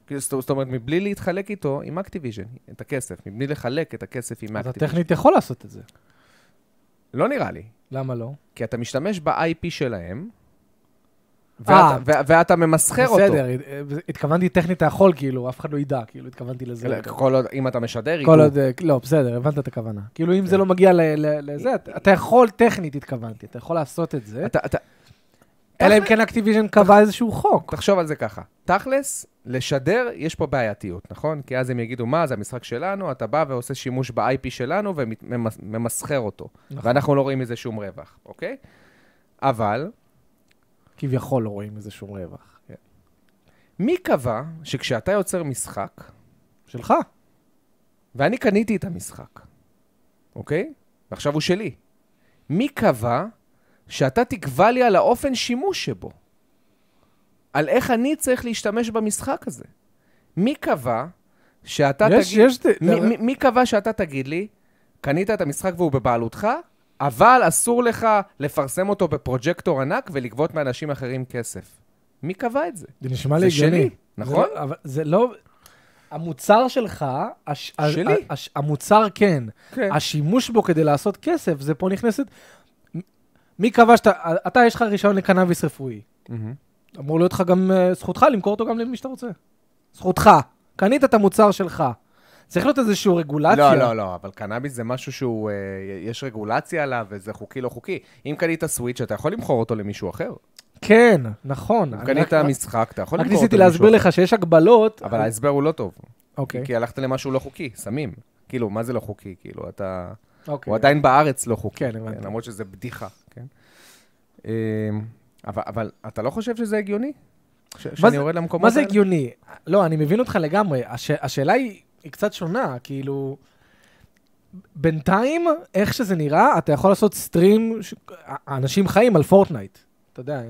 כאילו, זאת זאת אומרת, מבלי להתחלק איתו עם אקטיביז'ן, את הכסף, מבלי לחלק את הכסף עם
אז
אקטיביז'ן.
הטכנית יכול לעשות את זה.
לא נראה לי,
למה לא?
כי אתה משתמש ב-IP
אה.
שלהם, ואתה- ו- ואתה ממסחר אותו.
בסדר, הת- התכוונתי טכנית אתה יכול, כאילו, אף אחד לא ידע, כאילו, התכוונתי לזה.
אלא כל עוד, אם אתה משדר איתו,
כל עוד, אה, לא, בסדר, הבנת את הכוונה. כאילו, אם זה לא מגיע ל- ל- לזה, אתה- אתה יכול, טכנית התכוונתי, אתה יכול לעשות את זה,
אתה, אתה,
אלא אם כן אקטיביז'ן קבע איזשהו חוק.
תחשוב על זה ככה. תכלס, לשדר, יש פה בעייתיות, נכון? כי אז הם יגידו, מה, זה המשחק שלנו, אתה בא ועושה שימוש ב-IP שלנו וממסחר אותו.
נכון.
ואנחנו לא רואים מזה שום רווח, אוקיי? אבל,
כביכול לא רואים איזה שום רווח.
מי קבע שכשאתה יוצר משחק,
שלך.
ואני קניתי את המשחק, אוקיי? ועכשיו הוא שלי. מי קבע שאתה תקבע לי על האופן שימוש שבו? על איך אני צריך להשתמש במשחק הזה? מי קבע שאתה
יש,
תגיד...
יש...
מי, מי, מי קבע שאתה תגיד לי, קנית את המשחק והוא בבעלותך, אבל אסור לך לפרסם אותו בפרוג'קטור ענק ולגבות מאנשים אחרים כסף? מי קבע את זה?
זה נשמע לי
זה
הגיוני.
שלי,
זה
נכון?
לא- אבל זה לא... המוצר שלך, הש... ה-
שלי.
ה- הש... המוצר כן,
כן.
השימוש בו כדי לעשות כסף, זה פה נכנסת... מ- מי קבע שאתה... אתה, יש לך רישיון לקנאביס רפואי.
מהמם.
אמור להיות לך גם... אה, זכותך למכור אותו גם למי שאתה רוצה. זכותך. קנית את המוצר שלך. צריך להיות איזושהי רגולציה.
לא, לא, לא, אבל קנאביס זה משהו שהוא, אה, יש רגולציה עליו וזה חוקי לא חוקי. אם קנית סוויץ', אתה יכול למכור אותו למישהו אחר.
כן, נכון.
אם
אני
קנית
רק-
משחק, אתה יכול
רק
למכור אותו
ניסיתי
למישהו
להסביר
אחר.
לך שיש הגבלות. אה,
אבל ההסבר הוא לא טוב,
אוקיי,
כי הלכת למשהו לא חוקי, סמים. כאילו, מה זה לא חוקי? כאילו, אתה...
אוקיי.
הוא עדיין בארץ לא חוקי.
כן, הבנתי.
למרות שזה בדיחה, כן? אה, אבל- אבל אתה לא חושב שזה הגיוני? ש- שאני
זה-
יורד למקומות
מה זה
האלה?
הגיוני? לא, אני מבין אותך לגמרי. הש... השאלה היא, היא קצת שונה, כאילו... בינתיים, איך שזה נראה, אתה יכול לעשות סטרים, ש... אנשים חיים על פורטנייט. אתה יודע, הם,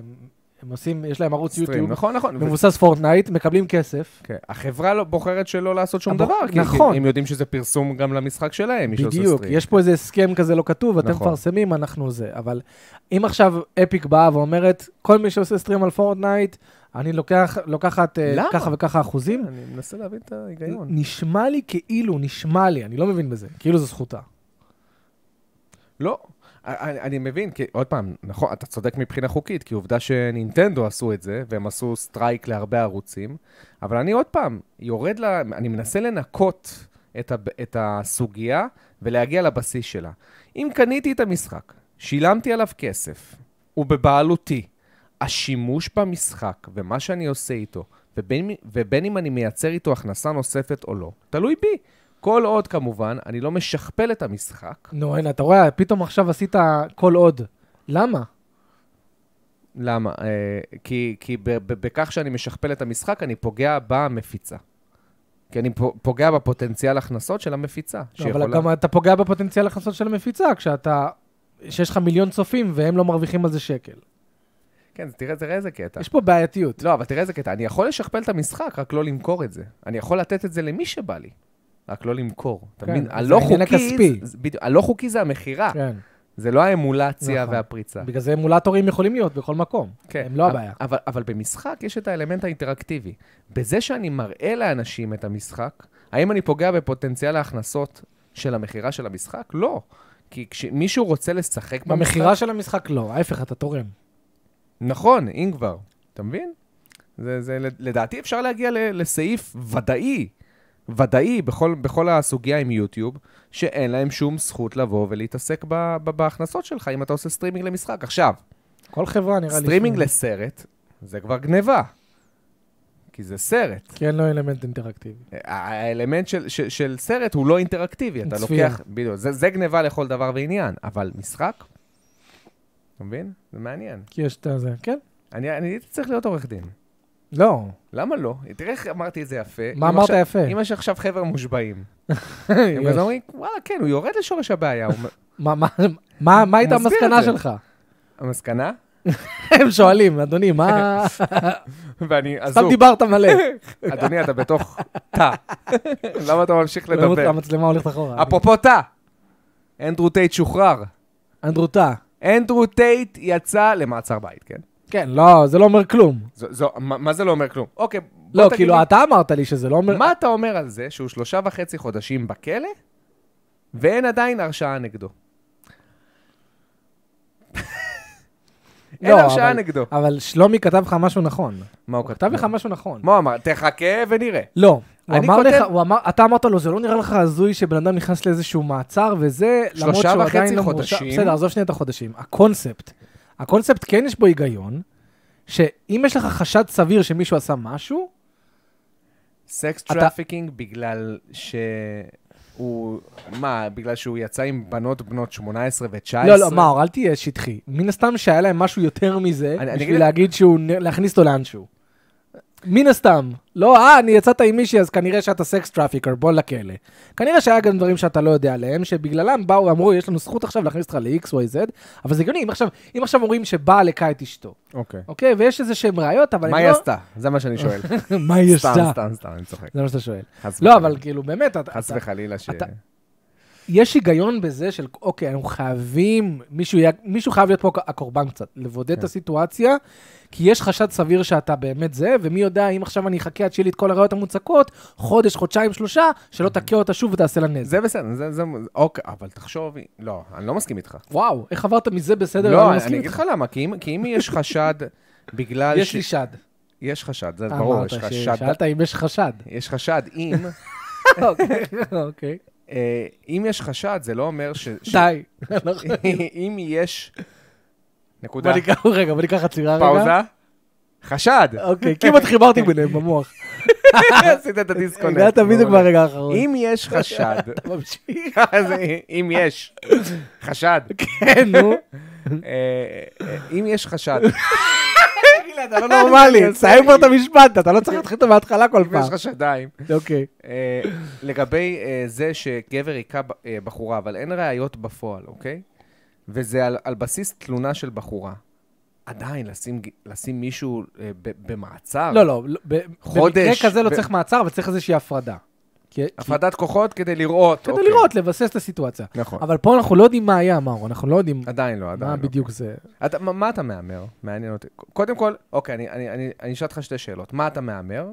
הם עושים, יש להם ערוץ
סטרים,
יוטיוב,
נכון, נכון. ו-
מבוסס פורטנייט, מקבלים כסף.
כן. החברה לא- בוחרת שלא לעשות שום
אבל-
דבר, כי-
נכון.
כי הם יודעים שזה פרסום גם למשחק שלהם, מי שעושה סטרים.
בדיוק, יש פה איזה הסכם כזה לא כתוב, אתם
נכון.
מפרסמים, אנחנו זה. אבל אם עכשיו אפיק באה ואומרת, כל מי שעושה סטרים על פורטנייט, אני לוקח, לוקחת אה,
למה?
ככה וככה אחוזים,
אני מנסה להבין את ההיגיון.
נשמע לי כאילו, נשמע לי, אני לא מבין בזה, כאילו זו זכותה.
לא, אני, אני מבין, כי עוד פעם, נכון, אתה צודק מבחינה חוקית, כי עובדה שנינטנדו עשו את זה, והם עשו סטרייק להרבה ערוצים, אבל אני עוד פעם, יורד ל... אני מנסה לנקות את, הב, את הסוגיה ולהגיע לבסיס שלה. אם קניתי את המשחק, שילמתי עליו כסף, הוא בבעלותי, השימוש במשחק ומה שאני עושה איתו ובין, ובין אם אני מייצר איתו הכנסה נוספת או לא. תלוי בי. כל עוד, כמובן, אני לא משכפל את המשחק.
נו, הנה, אתה רואה, פתאום עכשיו עשית כל עוד. למה?
למה? אה, כי, כי ב, ב, בכך שאני משכפל את המשחק, אני פוגע במפיצה. כי אני פו- פוגע בפוטנציאל הכנסות של המפיצה.
לא, אבל גם אתה פוגע בפוטנציאל הכנסות של המפיצה, כשאתה... שיש לך מיליון צופים והם לא מרוויחים על זה שקל.
כן, תראה, תראה איזה קטע.
יש פה בעייתיות.
לא, אבל תראה איזה קטע. אני יכול לשכפל את המשחק, רק לא למכור את זה. אני יכול לתת את זה למי שבא לי, רק לא למכור. אתה
כן,
מבין?
זה
הלא
העניין
חוקי...
הכספי.
זה- בדיוק, הלא חוקי זה המכירה,
כן.
זה לא האמולציה
נכון.
והפריצה.
בגלל זה אמולטורים יכולים להיות בכל מקום.
כן.
הם לא
אבל-
הבעיה.
אבל, אבל במשחק יש את האלמנט האינטראקטיבי. בזה שאני מראה לאנשים את המשחק, האם אני פוגע בפוטנציאל ההכנסות של המכירה של המשחק? לא. כי כשמישהו רוצה לשחק במשחק...
במכירה של המשחק לא, ההפך, אתה תורם.
נכון, אם כבר. אתה מבין? זה, זה, לדעתי אפשר להגיע ל, לסעיף ודאי, ודאי בכל, בכל הסוגיה עם יוטיוב, שאין להם שום זכות לבוא ולהתעסק ב, ב, בהכנסות שלך אם אתה עושה סטרימינג למשחק. עכשיו,
כל חברה נראה לי...
סטרימינג
שהיא-
לסרט זה כבר גניבה, כי זה סרט.
כי אין לו כן, לא אלמנט אינטראקטיבי.
האלמנט של, של, של סרט הוא לא אינטראקטיבי, אתה
צפייה.
לוקח, בדיוק, זה, זה גניבה לכל דבר ועניין, אבל משחק, אתה מבין? זה מעניין.
כי יש את זה, כן?
אני, אני הייתי צריך להיות עורך דין.
לא.
למה לא? תראה איך אמרתי את זה יפה.
מה אמרת יפה?
אם יש עכשיו חבר'ה מושבעים. הם
יש.
כזה אומרים, וואלה, כן, הוא יורד לשורש הבעיה. הוא... מ-
מה- מה- מה מה הייתה
מסביר את
המסקנה
זה.
שלך?
המסקנה?
הם שואלים, אדוני, מה...
ואני
סתם
עזוב.
דיברת מלא.
אדוני, אתה בתוך תא. למה אתה ממשיך
למרות
לדבר?
המצלמה הולכת אחורה.
אפרופו תא, אנדרו טייט שוחרר.
אנדרו טאה.
אנדרו טייט יצא למעצר בית, כן?
כן, לא, זה לא אומר כלום.
זו, זו, מה, מה זה לא אומר כלום? אוקיי, בוא
לא,
תגיד
כאילו,
לי,
אתה אמרת לי שזה לא אומר...
מה אתה אומר על זה שהוא שלושה וחצי חודשים בכלא, ואין עדיין הרשעה נגדו? אין
לא,
הרשעה
אבל-
נגדו.
אבל שלומי כתב לך משהו נכון.
מה הוא
כתב לך משהו נכון.
מה הוא אמר? תחכה ונראה.
לא. הוא
אני
אמר
כותב-
לך, הוא אמר, אתה אמרת לו, זה לא נראה לך הזוי שבן אדם נכנס לאיזשהו מעצר וזה, למרות
שלושה
שהוא
וחצי
עדיין לא מורשע.
חודשים.
בסדר, עזוב שנייה את החודשים. הקונספט, הקונספט כן יש בו היגיון, שאם יש לך חשד סביר שמישהו עשה משהו,
סקס
אתה-
טראפיקינג בגלל שהוא... מה, בגלל שהוא יצא עם בנות בנות 18 ו-19?
לא, לא, מאור, אל תהיה שטחי. מן הסתם שהיה להם משהו יותר מזה,
אני- אני אגיד
בשביל
לך-
להגיד שהוא, נ- להכניס אותו לאנשהו. מן הסתם. לא, אה, אני יצאת עם מישהי, אז כנראה שאתה סקס טראפיקר, בוא לכלא. כנראה שהיה גם דברים שאתה לא יודע עליהם, שבגללם באו ואמרו, יש לנו זכות עכשיו להכניס אותך ל-X, Y, Z, אבל זה הגיוני, אם עכשיו, אם עכשיו אומרים שבאה לקה את אשתו,
אוקיי.
אוקיי? ויש איזה שהם ראיות, אבל...
מה
הם
היא
לא-
עשתה? זה מה שאני שואל.
מה היא
סתם,
עשתה?
סתם, סתם, אני צוחק.
זה מה שאתה שואל.
חס
לא,
וחלילה.
אבל כאילו, באמת, אתה-
חס
אתה-
וחלילה ש...
אתה- יש היגיון בזה של, אוקיי, אנחנו חייבים, מישהו, יהיה- מישהו חייב להיות פה הקורבן קצת, לבודד את
כן.
הסיטואציה, כי יש חשד סביר שאתה באמת זה, ומי יודע אם עכשיו אני אחכה עד שיהיה לי את כל הראיות המוצקות, חודש, חודשיים, שלושה, שלא תכה אותה שוב ותעשה לה נזק.
זה בסדר, זה, זה, אוקיי, אבל תחשוב, לא, אני לא מסכים איתך.
וואו, איך עברת מזה בסדר?
לא,
אני
אני
מסכים
אגיד
איתך.
לך למה, כי אם, כי אם יש חשד בגלל
יש לי שד.
יש חשד, זה
אה,
ברור,
אמרת
יש חשד.
ש- שאלת אם יש חשד.
יש חשד, אם,
אוקיי, אוקיי.
אה, אם יש חשד, זה לא אומר ש... ש-
די.
אם יש... נקודה.
בוא ניקח- רגע, בוא ניקח עצירה רגע.
פאוזה. חשד.
אוקיי, כמעט חיברתי ביניהם במוח.
עשית את הדיסקונט.
אוקיי. הגעת בדיוק
מעולה.
ברגע האחרון.
אם יש חשד,
אתה ממשיך.
אז אם יש חשד,
כן, נו.
אה, אה, אם יש חשד,
אתה לא נורמלי, תסיים כבר את המשפט, אתה לא צריך להתחיל אותו מההתחלה כל
אם יש
פעם.
חשדיים,
אוקיי.
אה, לגבי אה, זה שגבר היכה ב- אה, בחורה, אבל אין ראיות בפועל, אוקיי? וזה על, על בסיס תלונה של בחורה. עדיין לשים, ג- לשים מישהו אה, ב- במעצר?
לא, לא, לא, ב- במקרה
חודש,
כזה לא
ב-
צריך מעצר, אבל צריך איזושהי הפרדה. כי- כי-
הפרדת כוחות כדי לראות.
כדי
אוקיי.
לראות, לבסס את הסיטואציה.
נכון.
אבל פה אנחנו לא יודעים מה היה, מאור, אנחנו לא יודעים
עדיין לא, עדיין
מה
לא.
בדיוק זה.
אתה, מה, מה אתה מהמר? מעניין אותי. ק- קודם כל, אוקיי, אני- אני אני- אני אשאל אותך שתי שאלות. מה אתה מהמר?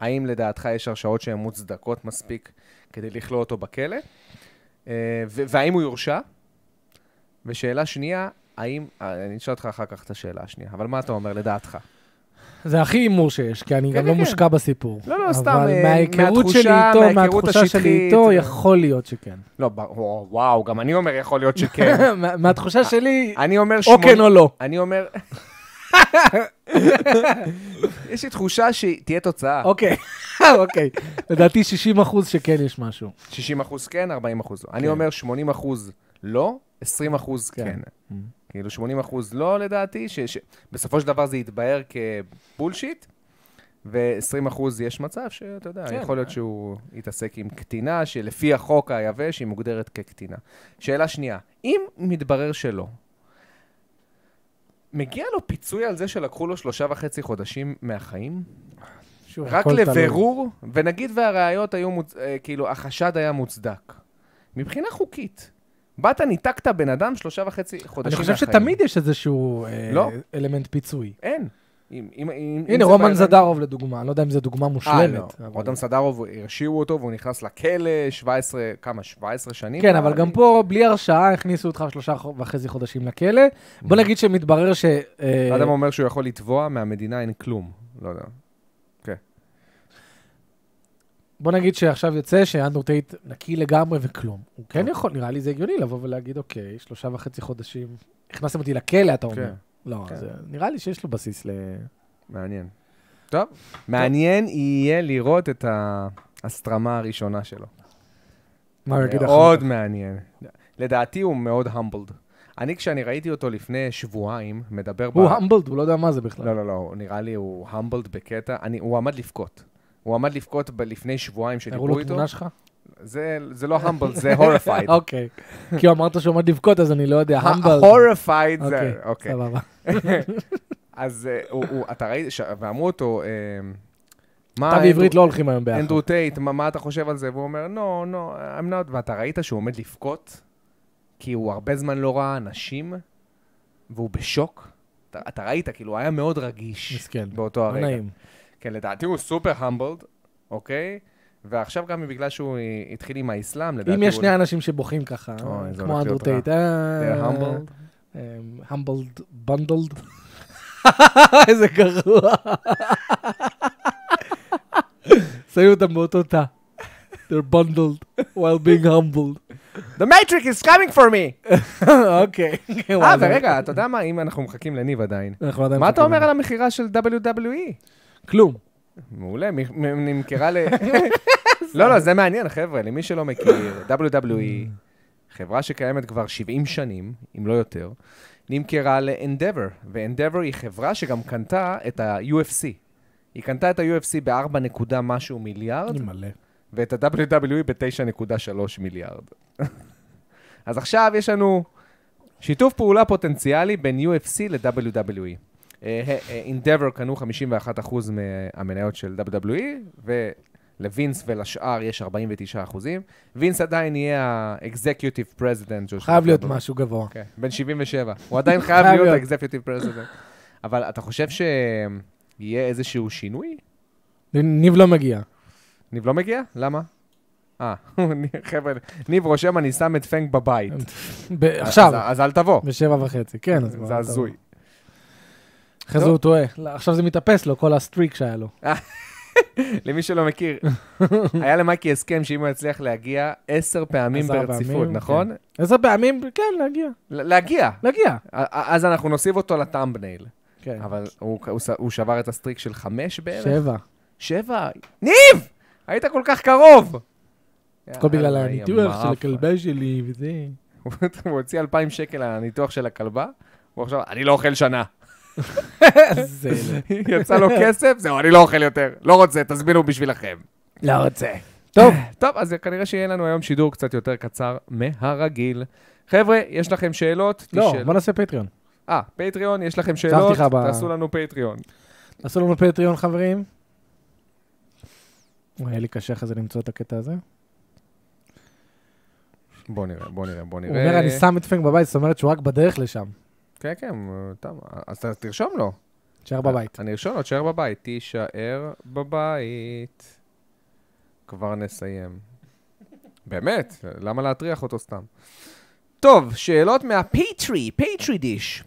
האם לדעתך יש הרשעות שהן מוצדקות מספיק כדי לכלוא אותו בכלא? אה, ו- והאם הוא יורשע? ושאלה שנייה, האם... אה, אני אשאל אותך אחר כך את השאלה השנייה, אבל מה אתה אומר לדעתך?
זה הכי הימור שיש, כי אני
כן,
גם לא
כן.
מושקע בסיפור.
לא, לא, סתם,
אבל
אה,
מההיכרות
מהתחושה-
שלי איתו,
מההיכרות
מהתחושה שלי
השטחית,
איתו,
אה.
יכול להיות שכן.
לא, ב- וואו, וואו, גם אני אומר יכול להיות שכן. אה,
מה- מהתחושה שלי,
אני אומר
או
שמונים-
כן או לא.
אני אומר... יש לי תחושה שתהיה תוצאה.
אוקיי, אוקיי. לדעתי 60 אחוז שכן יש משהו.
60 אחוז כן, 40 אחוז לא. אני אומר 80 אחוז לא, 20 אחוז
כן.
כן. כאילו 80 אחוז לא לדעתי, ש- ש- בסופו של דבר זה יתבהר כבולשיט, ו-20 אחוז יש מצב שאתה יודע,
כן.
יכול להיות שהוא יתעסק עם קטינה, שלפי החוק היבש היא מוגדרת כקטינה. שאלה שנייה, אם מתברר שלא, מגיע לו פיצוי על זה שלקחו לו שלושה וחצי חודשים מהחיים?
שוב,
רק
הכל תלוי.
לבירור, ונגיד והראיות היו, מוצ... אה, כאילו, החשד היה מוצדק. מבחינה חוקית, באת, ניתקת בן אדם שלושה וחצי חודשים
אני חושב
מהחיים.
שתמיד יש איזשהו אה,
לא.
אלמנט פיצוי.
אין. אם, אם, אם, אם
הנה,
זה
רומן
בעיניים-
זדרוב לדוגמה, אני לא יודע אם זו דוגמה
אה, לא.
מושלמת. אבל-
רותם סדרוב, הרשיעו אותו והוא נכנס לכלא 17, כמה? 17 שנים?
כן,
אה,
אבל גם פה, בלי הרשעה, הכניסו אותך שלושה ח- וחצי חודשים לכלא. בוא נגיד שמתברר ש... אה,
Mm-hmm. אדם אומר שהוא יכול לתבוע, מהמדינה אין כלום. לא יודע.
בוא נגיד שעכשיו יוצא שאנדר טייט נקי לגמרי וכלום. הוא כן יכול, נראה לי זה הגיוני לבוא ולהגיד, אוקיי, שלושה וחצי חודשים, הכנסתם אותי לכלא, אתה אומר.
כן.
לא,
כן. אוקיי,
זה- נראה לי שיש לו בסיס ל...
מעניין. טוב, מעניין יהיה לראות את ההסתרמה הראשונה שלו.
מה הוא יגיד אחר
מאוד
כך?
מעניין. לדעתי הוא מאוד המבלד. אני, כשאני ראיתי אותו לפני שבועיים, מדבר...
הוא
ב-
המבלד, הוא לא יודע מה זה בכלל.
לא, לא, לא, הוא- נראה לי הוא המבלד בקטע. אני, הוא עמד לבכות. הוא עמד לבכות ב- לפני שבועיים
הראו
שדיברו
לו
איתו.
תמונה שלך?
זה, זה לא המבלד, זה הורפייד.
אוקיי. כי הוא אמרת שהוא עומד לבכות, אז אני לא יודע, המבלד.
הורפייד
אוקיי,
זה, אוקיי.
סבבה.
אז אה, הוא, הוא- אתה ראית, ש- ואמרו אותו, אה, מה...
אתה
אנדרו-
ועברית לא הולכים היום ביחד.
אנדרו טייט, מה, מה אתה חושב על זה? והוא אומר, no, no, I'm not, ואתה ראית שהוא עומד לבכות? כי הוא הרבה זמן לא ראה אנשים, והוא בשוק. אתה, אתה ראית, כאילו, הוא היה מאוד רגיש.
מסכן.
באותו
לא
הרגע.
נעים.
כן, לדעתי הוא סופר המבלד, אוקיי? ועכשיו גם בגלל שהוא אה, התחיל עם האסלאם, לדעתי
אם יש
הוא... לא-
שני אנשים שבוכים ככה,
אוי, זה
כמו אמ,
הולך להיות
אנדרטייט,
They're humbled.
המבלד, בנדלד. איזה גרוע. שמים אותם באותו תא. They're bundled while being humbled.
The matrix is coming for
אה,
me!
אוקיי.
אה, ורגע, אתה יודע מה, אם אנחנו מחכים לניב עדיין.
אנחנו עדיין
מה אתה
לא, מחכים
אומר
לזה.
על לא, המכירה של E? WWE?
כלום.
מעולה, מ- מ- נמכרה ל... לא, לא, זה מעניין, חבר'ה, למי שלא מכיר, WWE, חברה שקיימת כבר 70 שנים, אם לא יותר, נמכרה ל-Endeavor, ו-Endeavor היא חברה שגם קנתה את ה-UFC. היא קנתה את ה-UFC ב-4 נקודה משהו מיליארד,
אני מלא.
ואת E ה-WWE ב-9.3 מיליארד. אז עכשיו יש לנו שיתוף פעולה פוטנציאלי בין UFC ל-WWE. אה, אה, אה, Endeavor קנו 51% מהמניות של WWE, ולווינס ולשאר יש 49%. וינס עדיין יהיה ה-Executive President.
חייב להיות משהו גבוה.
כן, בן 77. הוא עדיין חייב
חייב
להיות
להיות.
ה-Executive President. אבל אתה חושב שיהיה איזשהו שינוי?
ניב לא מגיע.
ניב לא מגיע? למה? אה, חבר'ה, ניב רושם, אני שם את פנק בבית.
ב- עכשיו,
אז- אז אל תבוא.
בשבע וחצי. כן, אז
זה הזוי.
אחרי זה
טוב.
הוא טועה. לא, עכשיו זה מתאפס לו, כל הסטריק שהיה לו.
למי שלא מכיר, היה למייקי הסכם שאם הוא יצליח להגיע עשר פעמים
עשר
ברציפות,
פעמים,
נכון?
עשר פעמים, כן, להגיע.
ל- להגיע.
להגיע.
א- אז אנחנו נוסיף אותו לטאמבנייל.
כן.
אבל הוא- הוא ש- הוא שבר את הסטריק של חמש בערך?
שבע.
שבע. ניב! היית כל כך קרוב!
הכל בגלל
יאללה, יא
הניתוח של
מעפה.
הכלבה שלי וזה.
הוא הוציא 2,000 שקל על הניתוח של הכלבה, הוא עכשיו, אני לא אוכל שנה. אה,
זה
יצא לו כסף, זהו, אני לא אוכל יותר. לא רוצה, תזמינו בשבילכם.
לא רוצה.
טוב, טוב, אז כנראה שיהיה לנו היום שידור קצת יותר קצר מהרגיל. חבר'ה, יש לכם שאלות?
לא,
תשאלו.
בוא נעשה פטריון.
אה, פטריון, יש לכם שאלות?
לך ב-
תעשו לנו פטריון.
עשו לנו פטריון, חברים. וואי, היה לי קשה אחרי זה למצוא את הקטע הזה.
בוא נראה, בוא נראה,
הוא
בוא נראה.
אומר, אני שם את פנק בבית, זאת אומרת שהוא רק בדרך לשם.
כן, כן, טוב, אז ת- תרשום לו.
תשאר
אה.
בבית.
אני ארשום לו, תשאר בבית. תישאר בבית. כבר נסיים. באמת, למה להטריח אותו סתם? טוב, שאלות מהפטרי, פטרי דיש.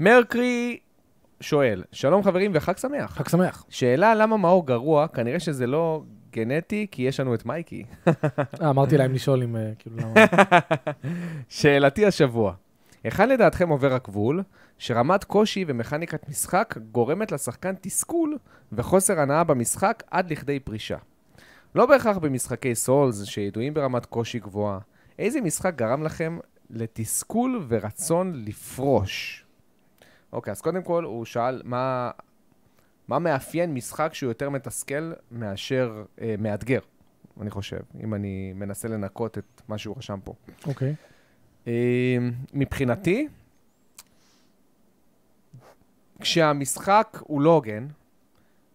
מרקרי שואל, שלום חברים וחג שמח.
חג שמח.
שאלה למה מאור גרוע, כנראה שזה לא גנטי, כי יש לנו את מייקי.
אה, אמרתי להם לשאול אם, אה, כאילו, למה...
שאלתי השבוע, היכן לדעתכם עובר הגבול, שרמת קושי ומכניקת משחק גורמת לשחקן תסכול וחוסר הנאה במשחק עד לכדי פרישה? לא בהכרח במשחקי סולס, שידועים ברמת קושי גבוהה. איזה משחק גרם לכם לתסכול ורצון לפרוש? אוקיי, אז קודם כל הוא שאל מה, מה מאפיין משחק שהוא יותר מתסכל מאשר אה, מאתגר, אני חושב, אם אני מנסה לנקות את מה שהוא רשם פה.
אוקיי.
אה, מבחינתי, כשהמשחק הוא לא הוגן,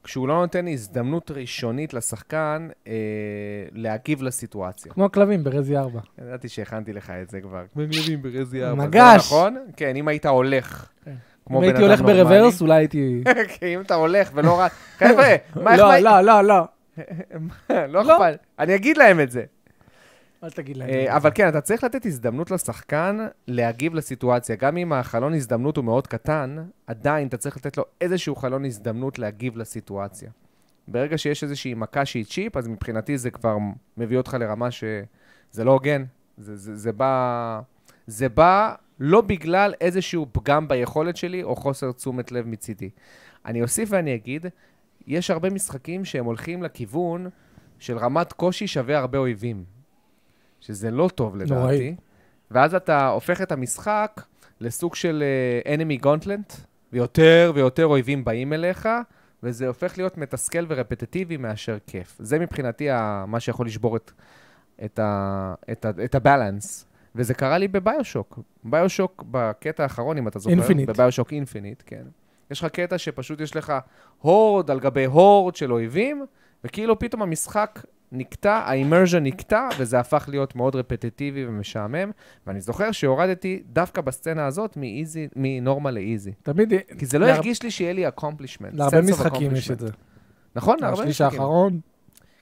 כשהוא לא נותן הזדמנות ראשונית לשחקן אה, להגיב לסיטואציה.
כמו הכלבים ברזי 4.
ידעתי שהכנתי לך את זה כבר. מגלבים ברזי
ארבע.
זה
מגש.
לא נכון? כן, אם היית הולך.
כן.
כמו
אם
בן
הייתי
אדם
הולך
נורמלי.
ברוורס, אולי הייתי...
כן, אם אתה הולך ולא רק... חבר'ה, מה
לא,
אכפת?
לא, לא, לא.
לא
לא.
אכפת. אני אגיד להם את זה.
אל תגיד
אה,
להם.
אבל כן, אתה צריך לתת הזדמנות לשחקן להגיב לסיטואציה. גם אם החלון הזדמנות הוא מאוד קטן, עדיין אתה צריך לתת לו איזשהו חלון הזדמנות להגיב לסיטואציה. ברגע שיש איזושהי מכה שהיא צ'יפ, אז מבחינתי זה כבר מביא אותך לרמה שזה לא הוגן. זה, זה, זה, בא, זה בא לא בגלל איזשהו פגם ביכולת שלי או חוסר תשומת לב מצידי. אני אוסיף ואני אגיד, יש הרבה משחקים שהם הולכים לכיוון של רמת קושי שווה הרבה אויבים, שזה לא טוב לדעתי.
נוראי.
ואז אתה הופך את המשחק לסוג של אה, enemy gauntlet, ויותר ויותר אויבים באים אליך, וזה הופך להיות מתסכל ורפטטיבי מאשר כיף. זה מבחינתי ה- מה שיכול לשבור את, את, ה, את, ה, את הבלנס. וזה קרה לי בביושוק. ביושוק, בקטע האחרון, אם אתה זוכר.
Infinite.
בביושוק אינפינית, כן. יש לך קטע שפשוט יש לך הורד על גבי הורד של אויבים, וכאילו פתאום המשחק נקטע, האימרז'ן נקטע, וזה הפך להיות מאוד רפטטיבי ומשעמם. ואני זוכר שהורדתי דווקא בסצנה הזאת מאיזי, מנורמל לאיזי.
תמיד...
כי זה לא
להר-
הרגיש לי שיהיה לי accomplishment.
להרבה
sense of
משחקים יש
accomplishment.
את זה.
נכון, להרבה
השליש
משחקים.
האחרון,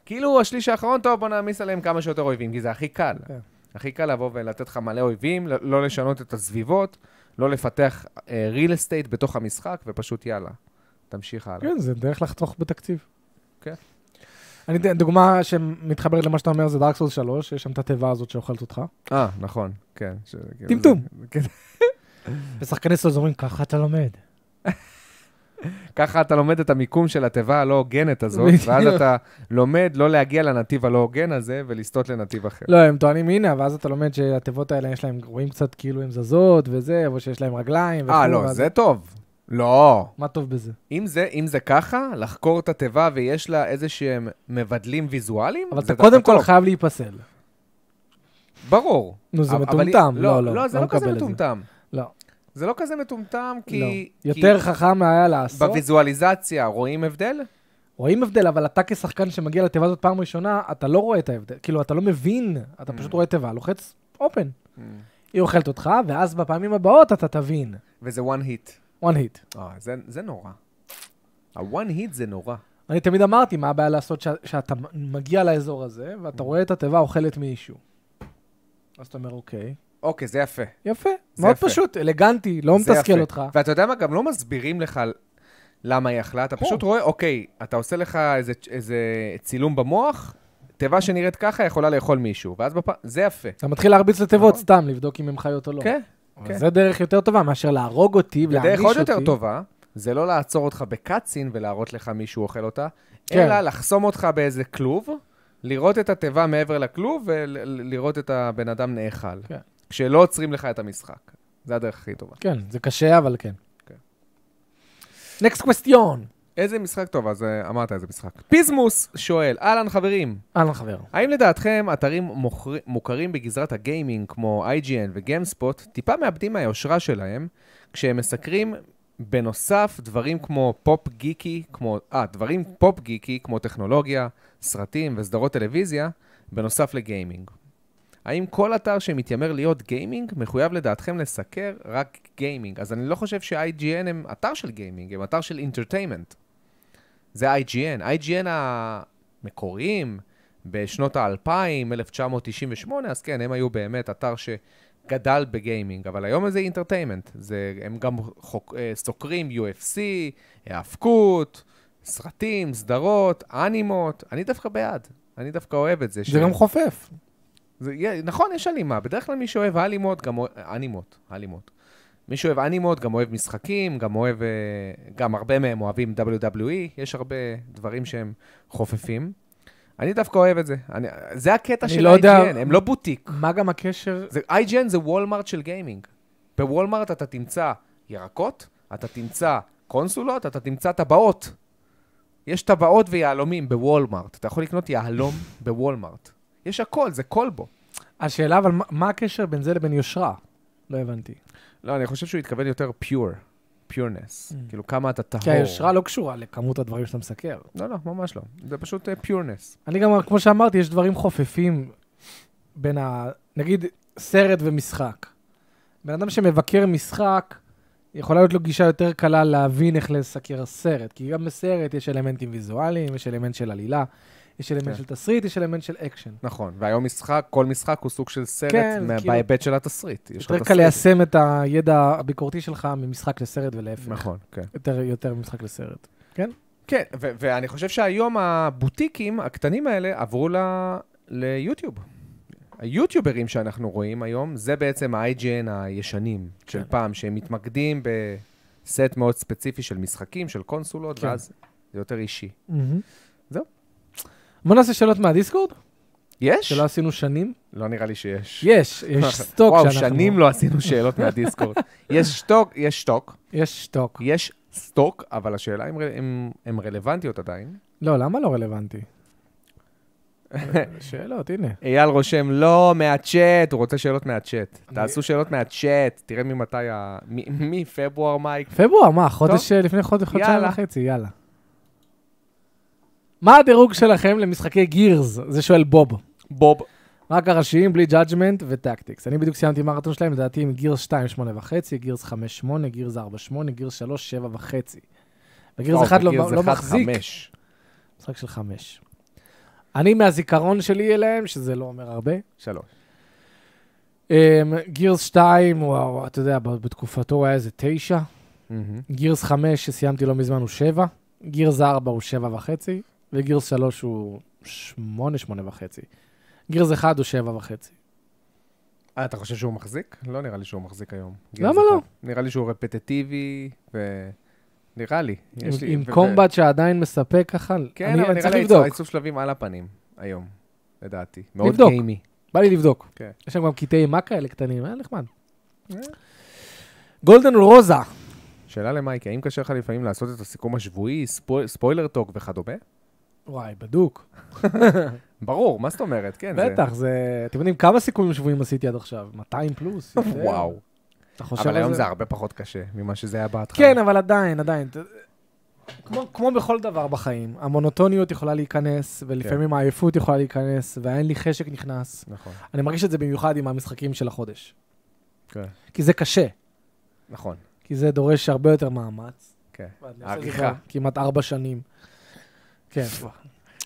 כאילו השליש האחרון, טוב, בוא נעמיס עליהם כמה שיותר אויבים, כי זה הכי קל.
כן.
הכי קל לבוא ולתת לך מלא אויבים, ל- לא לשנות את הסביבות, לא לפתח ריל אסטייט בתוך המשחק, ופשוט יאללה, תמשיך הלאה.
כן, זה דרך לחתוך בתקציב.
כן.
אני אתן דוגמה שמתחברת למה שאתה אומר, זה דארק סולס 3, יש שם את התיבה הזאת שאוכלת אותך.
אה, נכון, כן. ש- כאילו
טמטום.
זה- כן.
ושחקני סולס אומרים, ככה אתה לומד.
ככה אתה לומד את המיקום של התיבה הלא הוגנת הזאת,
בדיוק.
ואז אתה לומד לא להגיע לנתיב הלא הוגן הזה ולסטות לנתיב אחר.
לא, הם טוענים, הנה, ואז אתה לומד שהתיבות האלה, יש להם, רואים קצת כאילו הן זזות וזה, או שיש להם רגליים.
אה,
וכו',
לא,
ואז-
זה טוב. לא.
מה טוב בזה?
אם זה, אם זה ככה, לחקור את התיבה ויש לה איזה שהם מבדלים ויזואליים,
אבל
זה
אתה
דווקא
קודם כל
טוב.
חייב להיפסל.
ברור.
נו, זה
אבל- אבל-
מטומטם. לא, לא,
לא, זה לא
מקבל
כזה
את זה.
מטומטם.
לא.
זה לא כזה מטומטם,
לא.
כי...
יותר
כי
חכם היה לעשות.
בוויזואליזציה רואים הבדל?
Mm. רואים הבדל, אבל אתה כשחקן שמגיע לתיבה הזאת פעם ראשונה, אתה לא רואה את ההבדל. כאילו, אתה לא מבין, אתה פשוט
Mm.
רואה תיבה, לוחץ אופן. היא אוכלת אותך, ואז בפעמים הבאות אתה תבין.
וזה one hit.
one hit.
אה, זה- זה נורא. ה-one hit זה נורא.
אני תמיד אמרתי, מה הבעיה לעשות שה- שאתה מגיע לאזור הזה,
Mm.
ואתה רואה את התיבה אוכלת מישהו. אז אתה אומר, אוקיי,
אוקיי, זה יפה.
יפה,
זה
מאוד
יפה.
פשוט, אלגנטי, לא
זה
מתסכל
יפה.
אותך.
ואתה יודע מה? גם לא מסבירים לך על- למה היא אכלה, אתה
כן.
פשוט רואה, אוקיי, אתה עושה לך איזה- איזה צילום במוח, תיבה שנראית ככה יכולה לאכול מישהו, ואז בפעם... זה יפה.
אתה מתחיל להרביץ לתיבות
נכון.
סתם, לבדוק אם הן חיות או לא.
כן,
אבל
כן.
זה דרך יותר טובה מאשר להרוג אותי ולהעניש
ודרך
אותי.
עוד יותר טובה, זה לא לעצור אותך בקאצין ולהראות לך מישהו אוכל אותה,
כן.
אלא לחסום אותך באיזה כלוב, לראות את התיבה מעבר לכלוב ולראות את הבן אדם נאכל.
כן.
כשלא עוצרים לך את המשחק. זה הדרך הכי טובה.
כן, זה קשה, אבל כן.
כן.
נקסט קווסטיון.
איזה משחק טוב, אז אה, אמרת איזה משחק. פיזמוס שואל, אהלן חברים,
אהלן חבר.
האם לדעתכם אתרים מוכר... מוכרים בגזרת הגיימינג כמו IGN וגיימספוט טיפה מאבדים מהיושרה שלהם כשהם מסקרים בנוסף דברים כמו פופ גיקי, כמו... אה, דברים פופ גיקי כמו טכנולוגיה, סרטים וסדרות טלוויזיה, בנוסף לגיימינג? האם כל אתר שמתיימר להיות גיימינג מחויב לדעתכם לסקר רק גיימינג? אז אני לא חושב ש-IGN הם אתר של גיימינג, הם אתר של אינטרטיימנט. זה IGN. IGN המקוריים, בשנות האלפיים, 1998, אז כן, הם היו באמת אתר שגדל בגיימינג, אבל היום זה אינטרטיימנט. זה, הם גם חוק, אה, סוקרים UFC, האבקות, סרטים, סדרות, אנימות. אני דווקא בעד, אני דווקא אוהב את זה.
זה גם חופף.
זה, יה- נכון, יש הלימה. בדרך כלל מי שאוהב הלימות, גם אוה- אנימות, הלימות. מי שאוהב אנימות, גם אוהב משחקים, גם אוהב... אה, גם הרבה מהם אוהבים WWE, יש הרבה דברים שהם חופפים. אני דווקא אוהב את זה. אני, זה הקטע
אני
של
לא יודע-
IGN, הם לא בוטיק.
מה גם הקשר?
זה, IGN זה וולמארט של גיימינג. בוולמארט אתה תמצא ירקות, אתה תמצא קונסולות, אתה תמצא טבעות. יש טבעות ויהלומים בוולמארט. אתה יכול לקנות יהלום בוולמארט. יש הכל, זה כלבו.
השאלה, אבל מה- מה הקשר בין זה לבין יושרה? לא הבנתי.
לא, אני חושב שהוא התכוון יותר pure, pureness.
Mm.
כאילו, כמה אתה טהור.
כי היושרה לא קשורה לכמות הדברים שאתה מסקר.
לא, לא, ממש לא. זה פשוט אה, pureness.
אני גם, כמו שאמרתי, יש דברים חופפים בין ה... נגיד, סרט ומשחק. בן אדם שמבקר משחק, יכולה להיות לו גישה יותר קלה להבין איך לסקר סרט. כי גם בסרט יש אלמנטים ויזואליים, יש אלמנט של עלילה, יש
כן.
אלמנט של תסריט, יש אלמנט של אקשן.
נכון, והיום משחק, כל משחק הוא סוג של סרט
כן,
מה-
כאילו-
בהיבט של התסריט. יש לך
יותר קל
תסריט.
ליישם את הידע הביקורתי שלך ממשחק לסרט ולהפך.
נכון, כן.
יותר, יותר ממשחק לסרט.
כן, ו- ואני חושב שהיום הבוטיקים הקטנים האלה עברו ל- ליוטיוב. היוטיוברים שאנחנו רואים היום, זה בעצם ה-IGN הישנים של
כן.
פעם, שהם מתמקדים בסט מאוד ספציפי של משחקים, של קונסולות,
כן.
ואז זה יותר אישי. זהו.
בוא נעשה שאלות מהדיסקורד,
יש?
שלא עשינו שנים.
לא נראה לי שיש.
יש, יש סטוק
וואו,
שאנחנו...
שנים לא עשינו שאלות מהדיסקורד. יש שטוק, יש שטוק,
יש סטוק.
יש סטוק, אבל השאלה אם ר- אם הן רלוונטיות עדיין.
לא, למה לא רלוונטי? שאלות, הנה.
אייל רושם, לא, מהצ'אט, הוא רוצה שאלות מהצ'אט.
אני-
תעשו שאלות מהצ'אט, תראה ממתי ה... מ- מפברואר, מייק.
פברואר, מה, חודש אה, לפני חודש, חודשיים
יאללה.
וחצי, יאללה. מה הדירוג שלכם למשחקי גירס? זה שואל בוב.
בוב.
רק הראשיים, בלי ג'אג'מנט וטקטיקס. אני בדיוק סיימתי מרתון שלהם, לדעתי עם גירס 2, 8 וחצי, גירס 5, 8, גירס 4, 8, גירס 3, 7 וחצי. וגירס 1 לא
בגירס
לא
אחד,
מחזיק.
חמש.
משחק של 5. אני מהזיכרון שלי אליהם, שזה לא אומר הרבה.
שלוש.
אמ, גירס 2, וואו, אתה יודע, ב- בתקופתו הוא היה איזה 9.
מהמם.
גירס 5 שסיימתי לא מזמן הוא 7, גירס 4 הוא 7 וחצי, וגירס 3 הוא 8, 8 וחצי. גירס 1 הוא 7 וחצי.
אה, אתה חושב שהוא מחזיק? לא נראה לי שהוא מחזיק היום.
למה
גירס
לא?
אחד. נראה לי שהוא רפטטיבי, ו... נראה לי.
עם,
יש לי-
עם
ו- ו-
קומבט שעדיין מספק ככה,
כן,
אני,
אבל
אני
נראה
צריך
לי עיצוב-
לבדוק,
עיצוב שלבים על הפנים היום, לדעתי. מאוד
נבדוק.
גיימי.
בא לי לבדוק.
כן.
יש שם גם קטעי מה כאלה קטנים, היה נחמד.
אה.
גולדן רוזה,
שאלה למייק, האם קשה לך לפעמים לעשות את הסיכום השבועי, ספו- ספוילר טוק וכדומה?
וואי, בדוק.
ברור, מה זאת אומרת? כן, זה...
בטח, זה... אתם יודעים כמה סיכומים שבויים עשיתי עד עכשיו? 200 פלוס? יותר.
וואו.
אתה חושב
אבל
על
היום
זה?
זה הרבה פחות קשה ממה שזה היה בהתחלה.
כן, אבל עדיין, עדיין. אתה- כמו, כמו בכל דבר בחיים, המונוטוניות יכולה להיכנס,
כן.
ולפעמים העייפות יכולה להיכנס, והאין לי חשק נכנס.
נכון,
אני מרגיש את זה במיוחד עם המשחקים של החודש.
כן.
כי זה קשה,
נכון.
כי זה דורש הרבה יותר מאמץ.
כן.
ואני עושה את זה
עריכה.
כבר כמעט ארבע שנים. כן.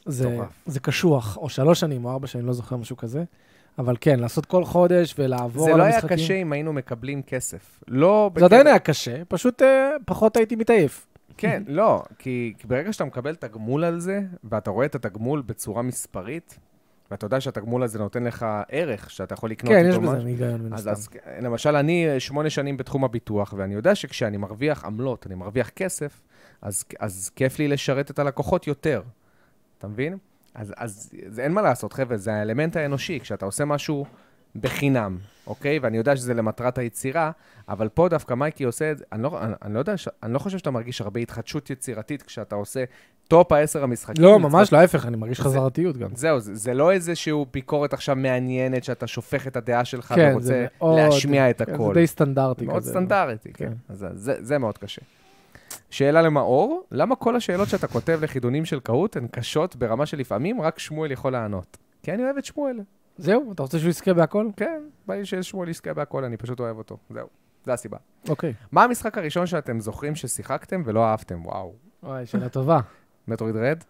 זה,
מטורף.
זה קשוח, או שלוש שנים, או ארבע שנים, לא זוכר משהו כזה. אבל כן, לעשות כל חודש ולעבור
זה
על
לא
המשחקים.
היה קשה אם היינו מקבלים כסף. לא...
זה עדיין היה קשה, פשוט אה, פחות הייתי מתעייף.
כן, לא, כי כי ברגע שאתה מקבל תגמול על זה, ואתה רואה את התגמול בצורה מספרית, ואתה יודע שהתגמול הזה נותן לך ערך, שאתה יכול לקנות
כן,
איתו
יש
משהו.
בזה היגיון מן
אז,
הסתם.
אז למשל, אני אה, שמונה שנים בתחום הביטוח, ואני יודע שכשאני מרוויח עמלות, אני מרוויח כסף, אז, אז כיף לי לשרת את הלקוחות יותר. אתה מבין? אז, אז זה, אין מה לעשות, חבר'ה, זה האלמנט האנושי. כשאתה עושה משהו בחינם, אוקיי? ואני יודע שזה למטרת היצירה, אבל פה דווקא מייקי עושה את זה, אני לא, אני, אני לא יודע, ש, אני לא חושב שאתה מרגיש הרבה התחדשות יצירתית כשאתה עושה טופ העשר המשחקים.
לא, ממש לא, ההפך, אני מרגיש חזרתיות גם.
זהו, זה, זה לא איזשהו ביקורת עכשיו מעניינת, שאתה שופך את הדעה שלך
כן,
ורוצה
זה מאוד-
להשמיע את
כן,
הכל.
זה די סטנדרטי
מאוד
כזה.
סטנדרטי, כן.
כן.
אז זה, זה מאוד קשה. שאלה למאור, למה כל השאלות שאתה כותב לחידונים של קהוט הן קשות ברמה שלפעמים רק שמואל יכול לענות? כי אני אוהב את שמואל.
זהו, אתה רוצה שהוא יזכה בהכל?
כן, בא לי ששמואל יזכה בהכל, אני פשוט אוהב אותו. זהו, זו הסיבה.
אוקיי.
מה המשחק הראשון שאתם זוכרים ששיחקתם ולא אהבתם? וואו.
וואי, שאלה טובה.
מטרויד רד?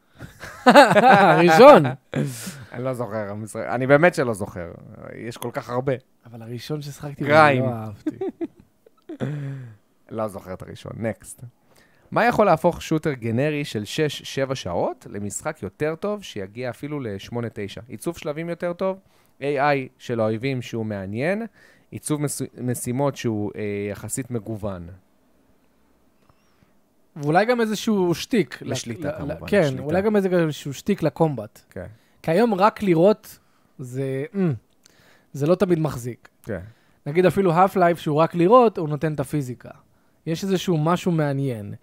הראשון.
אני לא זוכר, המשחק- אני באמת שלא זוכר. יש כל כך הרבה.
אבל הראשון ששחקתי, אני
גריים.
לא אהבתי.
לא זוכר את הראשון, נקסט. מה יכול להפוך שוטר גנרי של 6-7 שעות למשחק יותר טוב, שיגיע אפילו ל-8-9? עיצוב שלבים יותר טוב, AI של האויבים שהוא מעניין, עיצוב מס... משימות שהוא אה, יחסית מגוון.
ואולי גם איזשהו שטיק. לק-
לשליטה,
ל- ל-
כמובן,
כן,
לשליטה.
אולי גם איזה- גם איזשהו שטיק לקומבט.
כן,
כי היום רק לראות זה... אמ, זה לא תמיד מחזיק.
כן.
נגיד אפילו האף לייב שהוא רק לראות, הוא נותן את הפיזיקה. יש איזשהו משהו מעניין.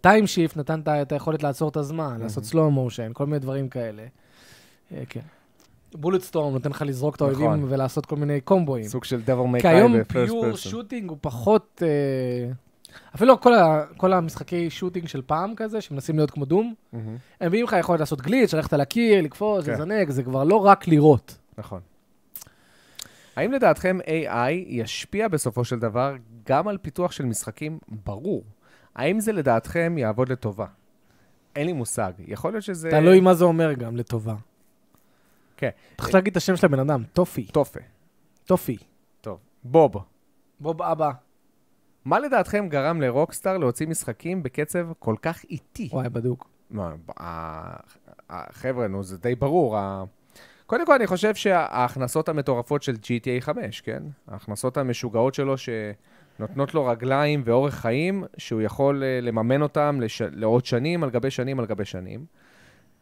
טיים שיפט נתן את ה- את היכולת לעצור את הזמן, לעשות
Mm-hmm.
סלואו מושן, כל מיני דברים כאלה. אה, כן. בולט סטורם נותן לך לזרוק את האויבים
נכון.
ולעשות כל מיני קומבואים.
סוג של דבר מייקאי
כי היום
ב-first
פיור
person.
שוטינג הוא פחות... אה, אפילו כל ה- כל המשחקי שוטינג של פעם כזה, שמנסים להיות כמו דום,
מהמם,
הם מביאים לך יכולת לעשות גליץ', ללכת על הקיר, לקפוץ,
כן.
לזנק, זה כבר לא רק לראות.
נכון. האם לדעתכם AI ישפיע בסופו של דבר גם על פיתוח של משחקים? ברור. האם זה לדעתכם יעבוד לטובה? אין לי מושג. יכול להיות שזה...
תלוי מה זה אומר גם, לטובה.
כן.
צריך להגיד את השם של הבן אדם, טופי.
תופה.
טופי.
טוב. בוב,
בוב אבא.
מה לדעתכם גרם לרוקסטאר להוציא משחקים בקצב כל כך איטי?
וואי, בדוק.
מה, ה- ה- חבר'ה, נו, זה די ברור. ה- קודם כל, אני חושב שההכנסות המטורפות של GTA 5, כן? ההכנסות המשוגעות שלו שנותנות לו רגליים ואורך חיים, שהוא יכול אה, לממן אותם לש... לעוד שנים על גבי שנים על גבי שנים.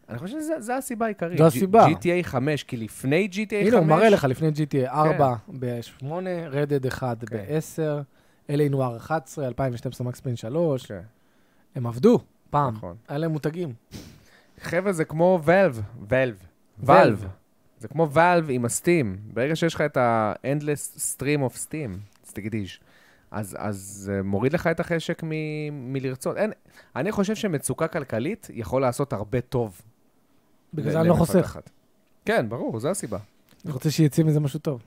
אני חושב שזו הסיבה העיקרית.
זו הסיבה.
GTA 5, כי לפני GTA 5...
הנה, הוא מראה לך לפני GTA 4 ב-8, רדד 1
כן.
ב-10, אלי נואר 11, 2012 מקספיין 3.
כן.
הם עבדו, פעם.
נכון.
היה להם מותגים.
חבר'ה, זה כמו ולב. ולב.
Valve.
ולב. זה כמו ולב עם הסטים. ברגע שיש לך את ה-Endless Stream of Steam, סטגדיש, אז, אז זה מוריד לך את החשק מ, מלרצות. אין, אני חושב שמצוקה כלכלית יכול לעשות הרבה טוב.
בגלל
ל-
זה אני לא
למפתחת.
חוסך.
כן, ברור, זו הסיבה.
אני רוצה שיצא מזה משהו טוב.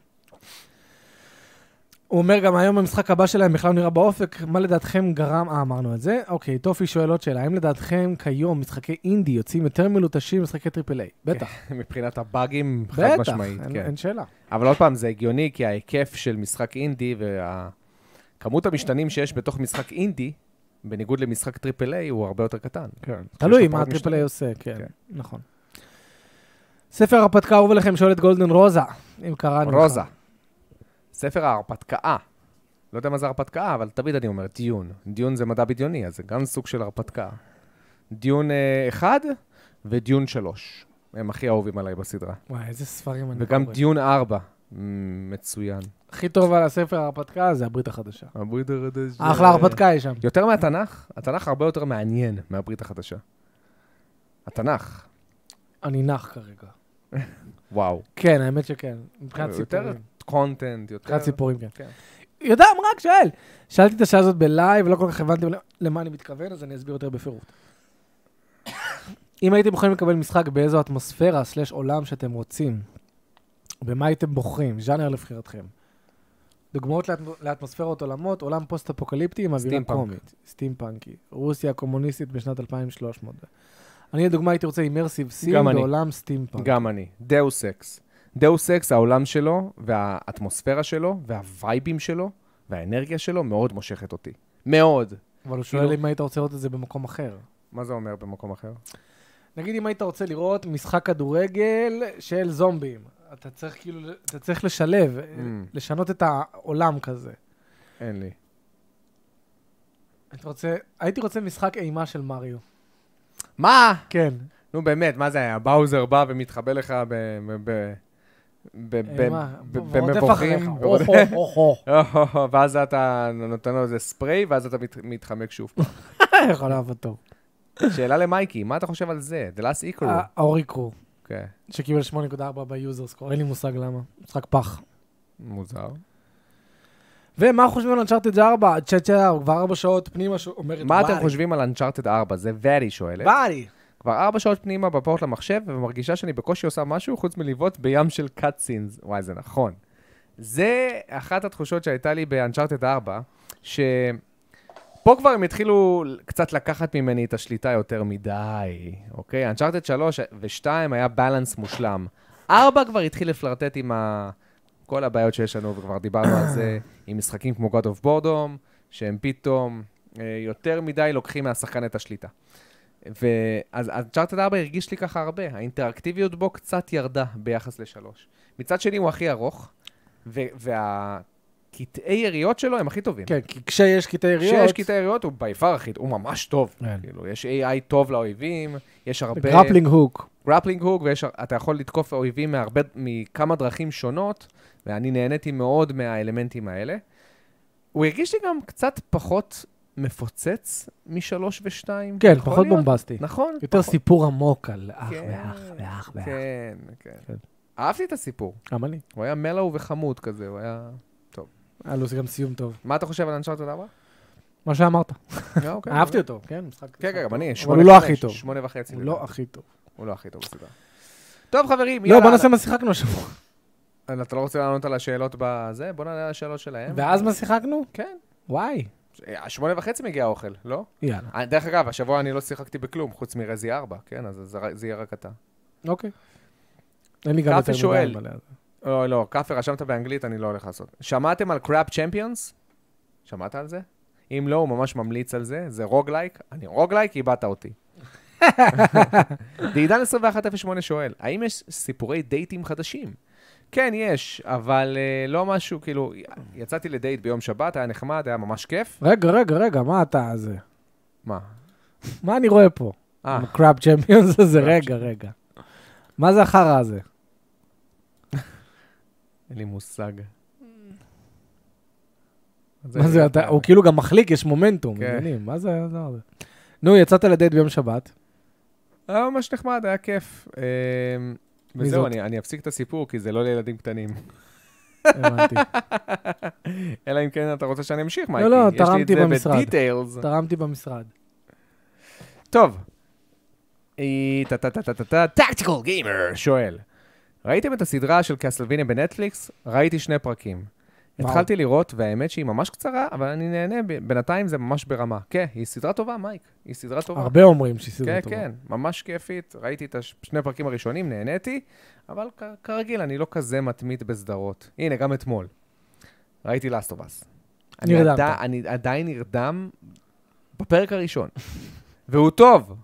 הוא אומר גם היום המשחק הבא שלהם בכלל לא נראה באופק, מה לדעתכם גרם, אה אמרנו את זה, אוקיי, טופי שואל עוד שאלה, האם לדעתכם כיום משחקי אינדי יוצאים יותר מלוטשים ממשחקי טריפל איי? בטח,
מבחינת הבאגים, כן, חד
בטח,
משמעית,
אין-
כן.
אין שאלה.
אבל עוד פעם, זה הגיוני, כי ההיקף של משחק אינדי והכמות המשתנים שיש בתוך משחק אינדי, בניגוד למשחק טריפל איי, הוא הרבה יותר קטן.
כן. תלוי
יש לו
מה
פחות
הטריפל איי
משתנים.
עושה, כן,
כן.
נכון. ספר הרפתקה אהוב עליכם שואל את גולדן רוזה, אם קראנו. לך.
רוזה. ספר ההרפתקה. לא יודע מה זה הרפתקה, אבל תמיד אני אומר דיון. דיון זה מדע בדיוני, אז זה גם סוג של הרפתקה. דיון אה, אחד ודיון שלוש. הם הכי אהובים עליי בסדרה.
וואי, איזה ספרים אני
וגם
קורא.
דיון ארבע. מ, מצוין.
הכי טוב על הספר ההרפתקה זה הברית החדשה.
הברית החדשה.
אחלה הרפתקה היא שם.
יותר מהתנ"ך? התנ"ך הרבה יותר מעניין מהברית החדשה. התנ"ך,
אני נח כרגע.
וואו.
כן, האמת שכן. מבחינת
אה, יותר
סיפורים.
קונטנט, יותר...
מבחינת סיפורים, כן.
כן.
יודע, אמרה, רק שואל. שאלתי את השאלה הזאת בלייב, לא כל כך הבנתי ל- למה אני מתכוון, אז אני אסביר יותר בפירוט. אם הייתם יכולים לקבל משחק באיזו אטמוספירה, סלש עולם שאתם רוצים, במה הייתם בוחרים? ז'אנר לבחירתכם. דוגמאות לאטמ- לאטמוספירות עולמות, עולם פוסט-אפוקליפטי עם אווירה
סטימפאנק.
קומית. סטימפאנקי. רוסיה הקומוניסטית בשנת 2300. אני לדוגמה הייתי רוצה אימרסיב סים
גם אני.
בעולם סטימפאנק.
גם אני. דאוס אקס. דאוס אקס, העולם שלו, והאטמוספירה שלו, והווייבים שלו, והאנרגיה שלו, מאוד מושכת אותי. מאוד.
אבל הוא שואל
כאילו-
אם היית רוצה לראות את זה במקום אחר.
מה זה אומר במקום אחר?
נגיד אם היית רוצה לראות משחק כדורגל של זומבים, אתה צריך כאילו, אתה צריך לשלב, אה,
Mm.
לשנות את העולם כזה.
אין לי.
אתה רוצה, הייתי רוצה משחק אימה של מריו.
מה?
כן.
נו באמת, מה זה היה? הבאוזר בא ומתחבא לך ב... ב- ב- ב- ב-
אימה.
ב-
ו- ורודף
במבוכים.
אה, אחריך.
ורודף-
אוח, אוח, אוח, אוח.
ואז אתה נותן לו איזה ספרי, ואז אתה מת- מתחמק שוב.
יכול לעבוד טוב.
שאלה למייקי, מה אתה חושב על זה? The Last Equal.
אה, האורי קרו,
כן,
שקיבל 8.4 ביוזר סקור, אין לי מושג למה. משחק פח.
מוזר.
ומה חושבים על אנצ'ארטד 4? צ'אט צ'אט, כבר 4 שעות פנימה ש- אומרת
מה אתם
"וואי,
חושבים על Uncharted 4? זה ורי שואלת.
וואי.
כבר ארבע שעות פנימה בפורט למחשב, ומרגישה שאני בקושי עושה משהו חוץ מלבעוט בים של קאט סינס. וואי, זה נכון. זה אחת התחושות שהייתה לי באנצ'ארטד 4, שפה כבר הם התחילו קצת לקחת ממני את השליטה יותר מדי, אוקיי? אנצ'ארטד 3 ו-2 היה בלנס מושלם. 4 כבר התחיל לפלרטט עם ה... כל הבעיות שיש לנו, וכבר דיברנו על זה עם משחקים כמו God of Boredom, שהם פתאום אה, יותר מדי לוקחים מהשחקן את השליטה. ואז Uncharted 4 הרגיש לי ככה הרבה, האינטראקטיביות בו קצת ירדה ביחס לשלוש. מצד שני הוא הכי ארוך, והקטעי יריות שלו הם הכי טובים.
כן, כי כשיש קטעי יריות...
כשיש קטעי יריות הוא ביפר הכי, הוא ממש טוב.
כן.
כאילו, יש AI טוב לאויבים, יש הרבה...
גרפלינג הוק.
גרפלינג הוק, ואתה יכול לתקוף אויבים מהרבה, מכמה דרכים שונות, ואני נהניתי מאוד מהאלמנטים האלה. הוא הרגיש לי גם קצת פחות מפוצץ משלוש ושתיים.
כן,
יכול
פחות
להיות.
בומבסטי.
נכון.
יותר
פחות.
סיפור עמוק על אח
כן,
ואח ואח ואח.
כן, כן.
כן.
אהבתי את הסיפור.
גם אני.
הוא היה מלאו וחמוד כזה, הוא היה...
היה לו גם סיום טוב.
מה אתה חושב על אנשארטד 4?
מה שאמרת.
אה, אוקיי.
אהבתי אותו, כן, משחק.
כן, כן, גם אני,
אבל
שמונה
הוא לא
וחמש,
הכי טוב.
שמונה וחצי.
הוא
לדעתי.
לא הכי טוב.
הוא לא הכי טוב בסדרה. טוב, חברים,
לא,
יאללה.
בוא נעשה מה שיחקנו השבוע.
הלאה. אתה לא רוצה לענות על השאלות בזה? בוא נענה על השאלות שלהם.
ואז מה שיחקנו?
כן.
וואי.
אה, שמונה וחצי מגיע האוכל, לא?
יאללה.
אה, דרך אגב, השבוע אני לא שיחקתי בכלום, חוץ מרזי 4, כן? אז זה- זה יהיה רק אתה.
אוקיי. אין לי גם יותר
קאפי שואל.
מדי מה לעשות.
לא, לא, כאפר, רשמת באנגלית, אני לא הולך לעשות. שמעתם על קראפ צ'מפיונס? שמעת על זה? אם לא, הוא ממש ממליץ על זה, זה רוגלייק. אני רוגלייק, איבדת אותי. דעידן 2108 שואל, האם יש סיפורי דייטים חדשים? כן, יש, אבל uh, לא משהו, כאילו, יצאתי לדייט ביום שבת, היה נחמד, היה ממש כיף.
רגע, רגע, רגע, מה אתה זה?
מה?
מה אני רואה פה?
אה,
קראב צ'מפיונס הזה,
Crab
רגע, רגע. מה זה החרא הזה?
אין לי מושג.
מה זה, אתה- הוא כאילו גם מחליק, יש מומנטום,
אה. כן.
מבינים? מה זה הדבר הזה? נו, יצאת לדייט ביום שבת,
היה ממש נחמד, היה כיף. אה,
מי
וזהו,
זאת?
אני, אני אפסיק את הסיפור, כי זה לא לילדים קטנים.
הבנתי.
אלא אם כן אתה רוצה שאני אמשיך, מייקי.
לא,
יש לי את
תרמתי
זה
במשרד.
בדיטיילס.
תרמתי במשרד.
טוב. אה, טה טה טה טה טה טה, טקטיקל גיימר שואל. ראיתם את הסדרה של קסלוויניה בנטפליקס? ראיתי שני פרקים.
וואו.
התחלתי לראות, והאמת שהיא ממש קצרה, אבל אני נהנה, ב- בינתיים זה ממש ברמה. כן, היא סדרה טובה, מייק. היא סדרה טובה.
הרבה אומרים שהיא
כן,
סדרה טובה.
כן, ממש כיפית. ראיתי את הש- שני הפרקים הראשונים, נהניתי, אבל כ- כרגיל, אני לא כזה מתמיד בסדרות. הנה, גם אתמול. ראיתי לאסט אוף אס.
נרדמת.
אני עדיין נרדם בפרק הראשון. והוא טוב.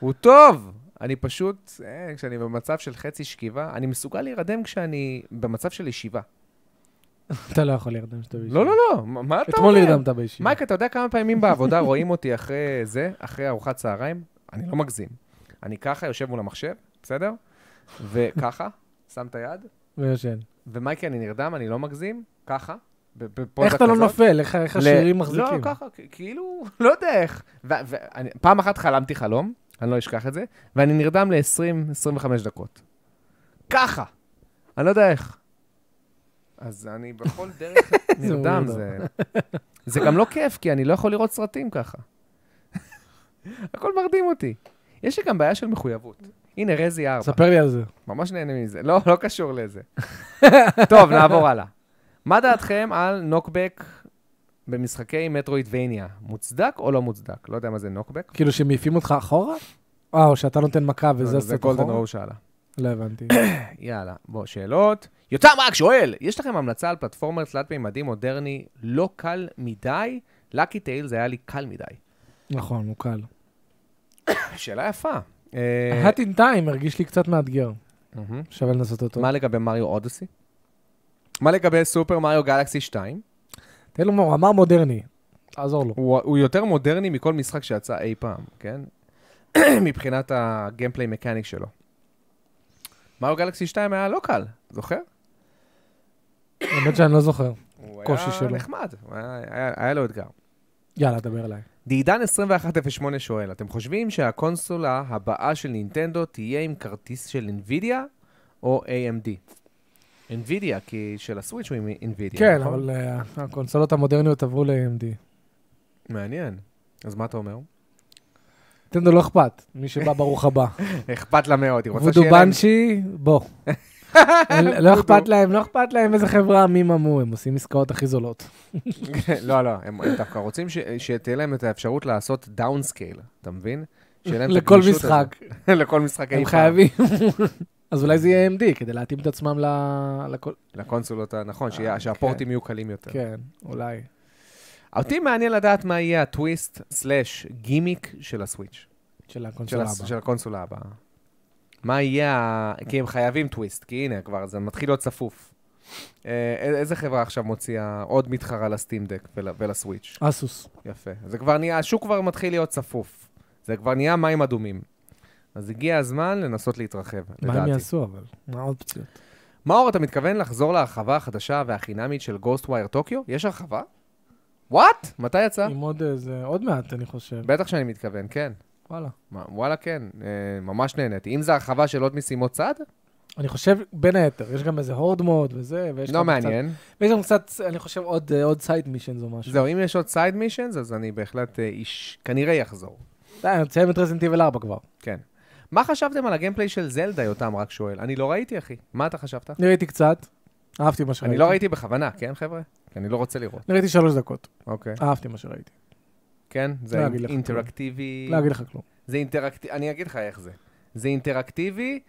הוא טוב. אני פשוט, אה, כשאני במצב של חצי שכיבה, אני מסוגל להירדם כשאני במצב של ישיבה.
אתה לא יכול להירדם שאתה בישיבה.
לא, לא, לא, מה- מה אתה אומר?
אתמול נרדמת בישיבה.
מייק, אתה יודע כמה פעמים בעבודה רואים אותי אחרי זה, אחרי ארוחת צהריים? אני לא מגזים. אני ככה יושב מול המחשב, בסדר? וככה, שם את היד,
וישן.
ומייקי, אני נרדם, אני לא מגזים, ככה, בפוזה
איך אתה לא נופל? איך- איך
ל-
השירים מחזיקים?
לא, ככה, כ- כאילו, לא יודע איך. ו- ואני- פעם אחת חלמתי חלום, אני לא אשכח את זה, ואני נרדם ל-20-25 דקות. ככה! אני לא יודע איך. אז אני בכל דרך
זה
נרדם,
weirdo.
זה... זה גם לא כיף, כי אני לא יכול לראות סרטים ככה. הכל מרדים אותי. יש לי גם בעיה של מחויבות. הנה, רזי ארבע.
ספר לי על זה.
ממש נהנה מזה. לא, לא קשור לזה. טוב, נעבור הלאה. מה דעתכם על נוקבק במשחקי מטרואידבניה? מוצדק או לא מוצדק? לא יודע מה זה נוקבק.
כאילו שמעיפים אותך אחורה? אה, או שאתה נותן מכה וזה
לא, זה
עושה
גולדן
אחורה?
רואו שאלה.
לא הבנתי.
יאללה, בוא, שאלות. יותם רק שואל, יש לכם המלצה על פלטפורמר תלת-מימדי מודרני לא קל מדי? לקי טייל זה היה לי קל מדי.
נכון, הוא קל.
שאלה יפה. אה,
Hat in time הרגיש לי קצת מאתגר.
מהמם.
שווה לנסות אותו.
מה לגבי מריו אודסי? מה לגבי סופר מריו גלקסי 2?
תן לו, הוא אמר מודרני. תעזור לו.
הוא, הוא יותר מודרני מכל משחק שיצא אי פעם, כן? מבחינת הגיימפליי מקאניק שלו. מריו גלקסי 2 היה לא קל, זוכר?
האמת שאני לא זוכר.
הוא
קושי
היה
שלו.
נחמד, הוא היה, היה, היה לו אתגר.
יאללה, דבר אליי.
דעידן 2108 שואל, אתם חושבים שהקונסולה הבאה של נינטנדו תהיה עם כרטיס של אינווידיה או AMD? אינווידיה, כי של הסוויץ' הוא עם אינווידיה,
כן,
נכון?
אבל אה, הקונסולות המודרניות עברו ל-AMD.
מעניין. אז מה אתה אומר?
נינטנדו לא אכפת, מי שבא ברוך הבא.
אכפת לה מאוד, היא רוצה
וודו
שיהיה להם...
בנשי, בוא. הם- לא אכפת להם, לא אכפת להם איזה חברה מים עמו, הם עושים עסקאות הכי זולות.
לא, לא, הם הם דווקא רוצים ש- שתהיה להם את האפשרות לעשות דאונסקייל, אתה מבין? שיהיה להם את
לכל
הגמישות
משחק.
הזאת. לכל משחק אי פעם.
הם חייבים. אז אולי זה יהיה AMD, כדי להתאים את עצמם ל... לכל...
לקונסולות, ה- נכון,
אה,
שיהיה- שהפורטים יהיו קלים יותר.
כן, אולי.
אותי מעניין לדעת מה יהיה הטוויסט סלאש גימיק של הסוויץ',
של
של
הקונסולה
הס-
הבאה.
של הקונסולה הבאה. מה יהיה ה... כי הם חייבים טוויסט, כי הנה כבר, זה מתחיל להיות צפוף. אה, א- איזה חברה עכשיו מוציאה עוד מתחרה לסטים דק ול, ולסוויץ'?
אסוס.
יפה. זה כבר נהיה, השוק כבר מתחיל להיות צפוף. זה כבר נהיה מים אדומים. אז הגיע הזמן לנסות להתרחב,
מה הם
לדעתי.
יעשו אבל? מה האופציות?
מאור, אתה מתכוון לחזור להרחבה החדשה והחינמית של Ghostwire טוקיו? יש הרחבה? וואט? מתי יצא?
עם עוד איזה, עוד מעט אני חושב.
בטח שאני מתכוון, כן.
וואלה.
מה, וואלה, כן. אה, ממש נהניתי. אם זה הרחבה של עוד משימות צד,
אני חושב, בין היתר, יש גם איזה הורד מוד וזה, ויש
לא
גם
מעניין.
קצת, ויש גם קצת, אני חושב, עוד, אה, עוד סייד מישנס או משהו.
זהו, אם יש עוד סייד מישנס, אז אני בהחלט אה, איש... כנראה יחזור.
די, אה, אני מסיים את רזנטיבל 4 כבר.
כן. מה חשבתם על הגיימפליי של זלדה, יותם רק שואל? אני לא ראיתי, אחי. מה אתה חשבת?
אני ראיתי קצת, אהבתי מה שראיתי.
אני לא ראיתי בכוונה, כן, חבר'ה? כי אני לא רוצה לראות.
אני ראיתי שלוש דקות,
אוקיי.
אהבתי מה שראיתי.
כן?
לא
זה
אגיד לך כלום.
אינטראקטיבי.
לא אגיד לך כלום.
זה אינטראקטיבי, אני אגיד לך איך זה. זה אינטראקטיבי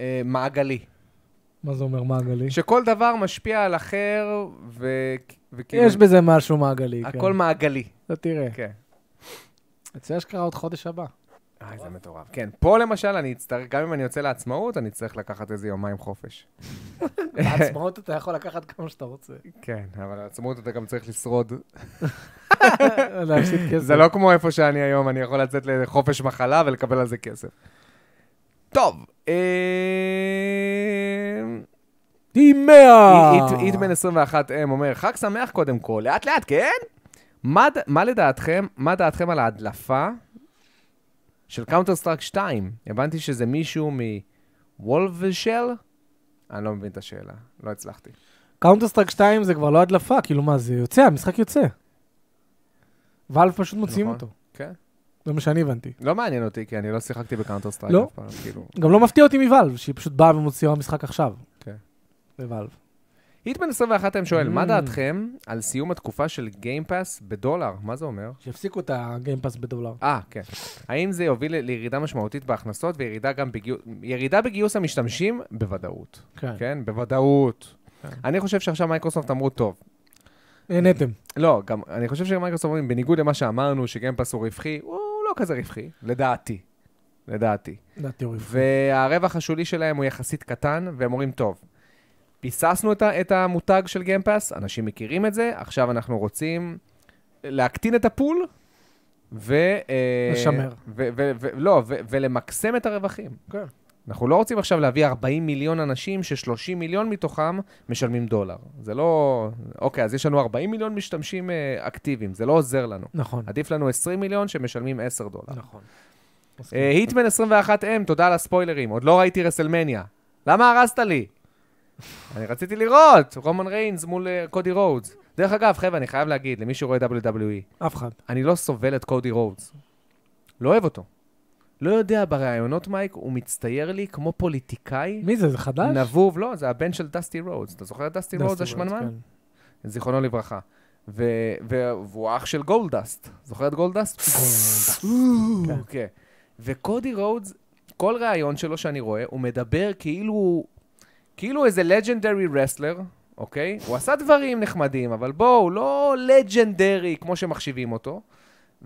ומעגלי.
מה זה אומר מעגלי?
שכל דבר משפיע על אחר, ו... וכאילו...
יש בזה משהו מעגלי, כן.
הכל מעגלי.
אתה תראה.
כן.
אצלי אשכרה עוד חודש הבא.
אה, זה מטורף. כן, פה למשל אני אצטרך, גם אם אני יוצא לעצמאות, אני אצטרך לקחת איזה יומיים חופש.
בעצמאות אתה יכול לקחת כמה שאתה רוצה.
כן, אבל לעצמאות אתה גם צריך לשרוד.
אה, להפסיד כסף.
זה לא כמו איפה שאני היום, אני יכול לצאת לחופש מחלה ולקבל על זה כסף. טוב, אה...
פי מאה!
איטמן 21M אומר, חג שמח קודם כל, לאט לאט, כן? מה ד- מה לדעתכם, מה דעתכם על ההדלפה של קאונטר סטראק 2? הבנתי שזה מישהו מוולבשל? אני לא מבין את השאלה, לא הצלחתי.
קאונטר סטרק 2 זה כבר לא הדלפה, כאילו מה זה יוצא, המשחק יוצא. ואלף פשוט מוציאים
נכון.
אותו,
כן?
זה מה שאני הבנתי.
לא מעניין אותי, כי אני לא שיחקתי בקאונטר סטראק
לא.
אף פעם, כאילו.
גם לא מפתיע אותי מוואלב, שהיא פשוט באה ומוציאה משחק עכשיו.
כן.
בוואלב.
היטמן 21M שואל, מה
Mm.
דעתכם על סיום התקופה של גיימפאס בדולר? מה זה אומר?
שיפסיקו את הגיימפאס בדולר.
אה, כן. האם זה יוביל ל- לירידה משמעותית בהכנסות וירידה גם בגיוס... ירידה בגיוס המשתמשים? בוודאות.
כן.
כן? בוודאות.
כן.
אני חושב שעכשיו מייקרוסופט אמרו טוב.
נהניתם.
לא, גם, אני חושב שמייקרוסופט אומרים, בניגוד למה שאמרנו, שגיימפאס הוא רווחי, הוא לא כזה רווחי, לדעתי. לדעתי.
לדעתי אוריב.
והרווח השולי שלהם הוא יחסית קטן, והם אומרים, טוב, ביססנו את, ה- את המותג של גיימפאס, אנשים מכירים את זה, עכשיו אנחנו רוצים להקטין את הפול, ו... אה,
לשמר.
ו- ו- ו- לא, ו- ולמקסם את הרווחים.
כן.
אנחנו לא רוצים עכשיו להביא 40 מיליון אנשים ש-30 מיליון מתוכם משלמים דולר. זה לא... אוקיי, אז יש לנו 40 מיליון משתמשים אה, אקטיביים, זה לא עוזר לנו.
נכון.
עדיף לנו 20 מיליון שמשלמים 10 דולר.
נכון. מסכים.
אה, היטמן 21M, תודה על הספוילרים, עוד לא ראיתי רסלמניה. למה הרסת לי? אני רציתי לראות, רומן ריינס מול אה, קודי רודס. דרך אגב, חבר'ה, אני חייב להגיד, למי שרואה WWE,
אף אחד.
אני לא סובל את קודי רודס. לא אוהב אותו. לא יודע, בראיונות מייק הוא מצטייר לי כמו פוליטיקאי
מי זה, זה חדש?
נבוב, לא, זה הבן של דסטי רודס. אתה זוכר את דסטי
דסטי
רודס כן. השמנמן?
רודס,
זיכרונו לברכה. ו- ו- והוא אח של גולדאסט. זוכר את גולדאסט?
גולדאסט.
כן. כן. וקודי רודס, כל ראיון שלו שאני רואה, הוא מדבר כאילו... כאילו איזה לג'נדרי רסלר, אוקיי? הוא עשה דברים נחמדים, אבל בואו, הוא לא לג'נדרי כמו שמחשיבים אותו.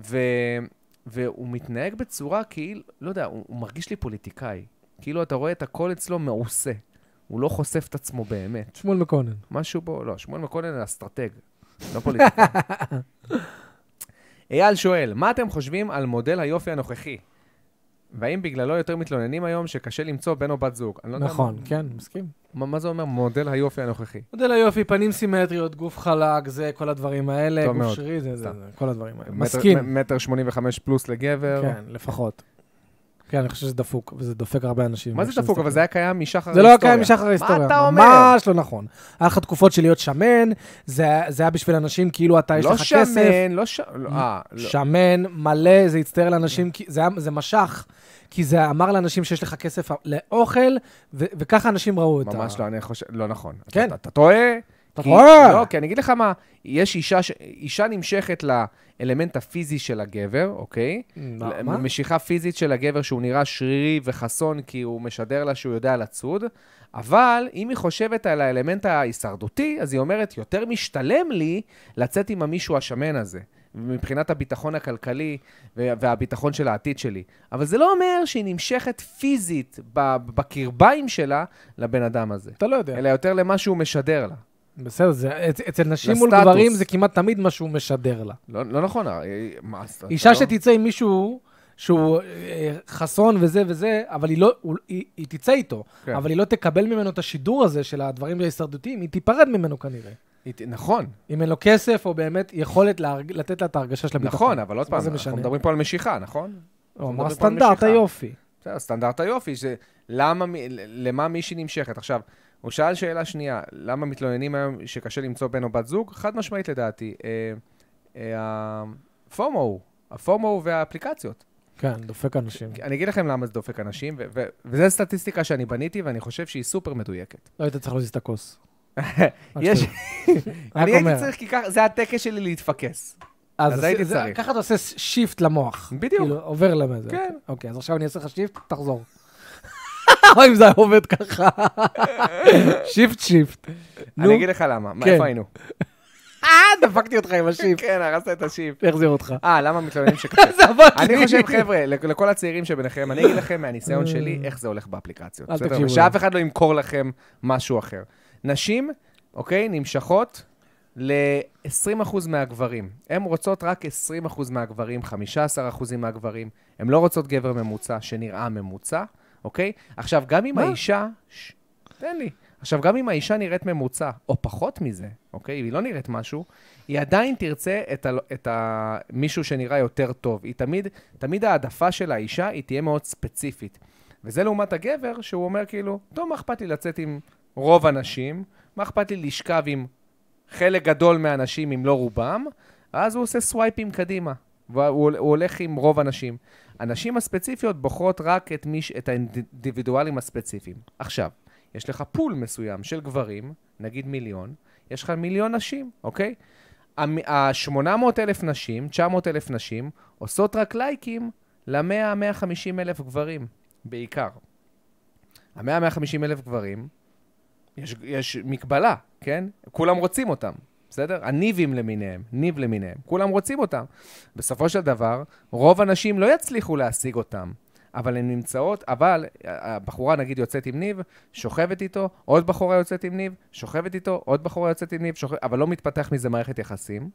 ו... והוא מתנהג בצורה כאילו, לא יודע, הוא, הוא מרגיש לי פוליטיקאי. כאילו, אתה רואה את הכל אצלו מעושה. הוא לא חושף את עצמו באמת.
כן. שמואל מקונן.
משהו בו, לא, שמואל מקונן אסטרטג, לא פוליטיקאי. אייל שואל, מה אתם חושבים על מודל היופי הנוכחי? והאם בגללו יותר מתלוננים היום שקשה למצוא בן או בת זוג? אני לא יודע
נכון,
מה-
כן, מסכים.
מה, מה זה אומר מודל היופי הנוכחי?
מודל היופי, פנים סימטריות, גוף חלק, זה, כל הדברים האלה.
טוב
גוף
מאוד.
שרירי, זה, זה,
סתם.
זה, כל הדברים האלה.
מטר-
מסכים.
מ- מטר שמונים וחמש פלוס לגבר.
כן, לפחות. כן, אני חושב שזה דפוק, וזה דופק הרבה אנשים.
מה זה דפוק? אבל זה היה קיים משחר
זה לא
ההיסטוריה.
היה קיים משחר ההיסטוריה.
מה אתה אומר?
ממש לא נכון. היה לך תקופות של להיות שמן, זה זה היה בשביל אנשים כאילו אתה, יש
לא
לך כסף.
שמן, לא ש... לא, אה, לא.
שמן, מלא, זה הצטער לאנשים, כי- זה היה- זה משך, כי זה אמר לאנשים שיש לך כסף לאוכל, ו- וככה אנשים ראו את ה...
ממש לא, אני חושב... לא נכון. אתה-
כן.
אתה- אתה טועה.
אתה
כי-
רואה?
לא, כי אני אגיד לך מה, יש אישה, ש- אישה נמשכת לאלמנט הפיזי של הגבר, אוקיי?
מה?
ל-
מה?
משיכה פיזית של הגבר שהוא נראה שרירי וחסון כי הוא משדר לה שהוא יודע לצוד, אבל אם היא חושבת על האלמנט ההישרדותי, אז היא אומרת, יותר משתלם לי לצאת עם המישהו השמן הזה. מבחינת הביטחון הכלכלי ו- והביטחון של העתיד שלי. אבל זה לא אומר שהיא נמשכת פיזית ב- בקרביים שלה לבן אדם הזה,
אתה לא יודע.
אלא יותר למה שהוא משדר לה.
בסדר, זה- אצ- אצל נשים מול
לסטטוס.
גברים זה כמעט תמיד מה שהוא משדר לה.
לא, לא נכון, הרי- מה, אז אתה
אישה
לא-
שתצא עם מישהו שהוא אה, חסון וזה וזה, אבל היא לא, הוא- היא היא תצא איתו,
כן.
אבל היא לא תקבל ממנו את השידור הזה של הדברים ההישרדותיים, היא תיפרד ממנו כנראה.
היא ת- נכון,
אם אין לו כסף, או באמת יכולת להרג- לתת לה את ההרגשה של הביטחון.
נכון, אבל עוד
אז
פעם,
מה זה
אנחנו
משנה?
מדברים פה על משיכה, נכון?
הוא
מדברים פה
אמר
על
סטנדרט
משיכה."
היופי.
בסדר, סטנדרט היופי, זה למה, מי- למה מישהי נמשכת. עכשיו, הוא שאל שאלה שנייה, למה מתלוננים היום שקשה למצוא בן או בת זוג? חד משמעית לדעתי, אה, אה, הפומו הוא, הפומו הוא והאפליקציות.
כן, דופק אנשים.
אני אגיד לכם למה זה דופק אנשים, ו- ו- וזו סטטיסטיקה שאני בניתי ואני חושב שהיא סופר מדויקת.
לא היית צריך להזיז את הכוס. רק
יש,
שתדע. רק
אני הייתי
אומר.
צריך, כי ככה, זה הטקס שלי להתפקס. אז
זה-
הייתי
זה-
צריך.
ככה אתה עושה שיפט למוח.
בדיוק.
כאילו, עובר למזה.
כן.
אוקיי, אז עכשיו אני אעשה לך שיפט, תחזור. אם זה היה עובד ככה. שיפט, שיפט. נו,
אני אגיד לך למה, מה,
כן.
איפה היינו?
אה, דפקתי אותך עם השיפט.
כן, הרסת את השיפ.
החזיר אותך.
אה, למה מתלוננים שקשה?
זה עבד לי.
אני חושב, חבר'ה, לכ- לכל הצעירים שביניכם, אני אגיד לכם
אה.
מהניסיון שלי איך זה הולך באפליקציות.
אל
בסדר?
תקשיבו
ושאף
להם.
אחד לא ימכור לכם משהו אחר. נשים, אוקיי, נמשכות ל-20% מהגברים. הן רוצות רק 20% מהגברים, 15% מהגברים. הן לא רוצות גבר ממוצע שנראה ממוצע, אוקיי? עכשיו, גם אם
מה?
האישה... ש- תן לי. עכשיו, גם אם האישה נראית ממוצע, או פחות מזה, אוקיי? היא לא נראית משהו, היא עדיין תרצה את, ה... את ה... מישהו שנראה יותר טוב. היא תמיד, תמיד העדפה של האישה, היא תהיה מאוד ספציפית. וזה לעומת הגבר, שהוא אומר כאילו, טוב, מה אכפת לי לצאת עם רוב הנשים? מה אכפת לי לשכב עם חלק גדול מהאנשים, אם לא רובם? ואז הוא עושה סווייפים קדימה, והוא הוא הולך עם רוב הנשים. הנשים הספציפיות בוחרות רק את, מיש, את האינדיבידואלים הספציפיים. עכשיו, יש לך פול מסוים של גברים, נגיד מיליון, יש לך מיליון נשים, אוקיי? ה-800 אלף נשים, 900 אלף נשים, עושות רק לייקים ל-100-150 אלף גברים, בעיקר. ה-100-150 אלף גברים, יש, יש מגבלה, כן? כולם רוצים אותם, בסדר? הניבים למיניהם, ניב למיניהם, כולם רוצים אותם. בסופו של דבר, רוב הנשים לא יצליחו להשיג אותם, אבל הן נמצאות, אבל הבחורה נגיד יוצאת עם ניב, שוכבת איתו, עוד בחורה יוצאת עם ניב, שוכבת איתו, עוד בחורה יוצאת עם ניב, שוכבת, אבל לא מתפתח מזה מערכת יחסים.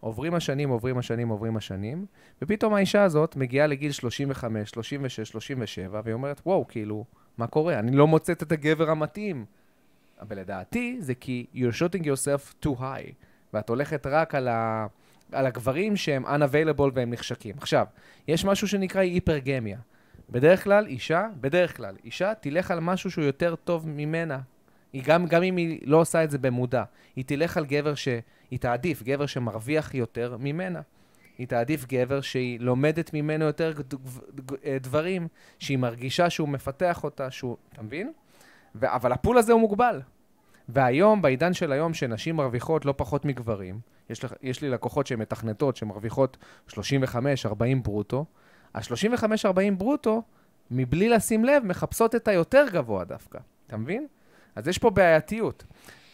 עוברים השנים, עוברים השנים, עוברים השנים, ופתאום האישה הזאת מגיעה לגיל 35, 36, 37, והיא אומרת, וואו, כאילו, מה קורה? אני לא מוצאת את הגבר המתאים. אבל לדעתי זה כי you're shooting yourself too high, ואת הולכת רק על, ה... על הגברים שהם unavailable והם נחשקים. עכשיו, יש משהו שנקרא היפרגמיה. בדרך כלל אישה, בדרך כלל, אישה תלך על משהו שהוא יותר טוב ממנה. היא גם, גם אם היא לא עושה את זה במודע, היא תלך על גבר ש... היא תעדיף גבר שמרוויח יותר ממנה. היא תעדיף גבר שהיא לומדת ממנו יותר גד- גב- ג- אה, דברים, שהיא מרגישה שהוא מפתח אותה, שהוא... אתה מבין? ו- אבל הפול הזה הוא מוגבל. והיום, בעידן של היום, שנשים מרוויחות לא פחות מגברים, יש, לך, יש לי לקוחות שהן מתכנתות, שמרוויחות 35-40 ברוטו, ה-35-40 ברוטו, מבלי לשים לב, מחפשות את היותר גבוה דווקא. אתה מבין? אז יש פה בעייתיות.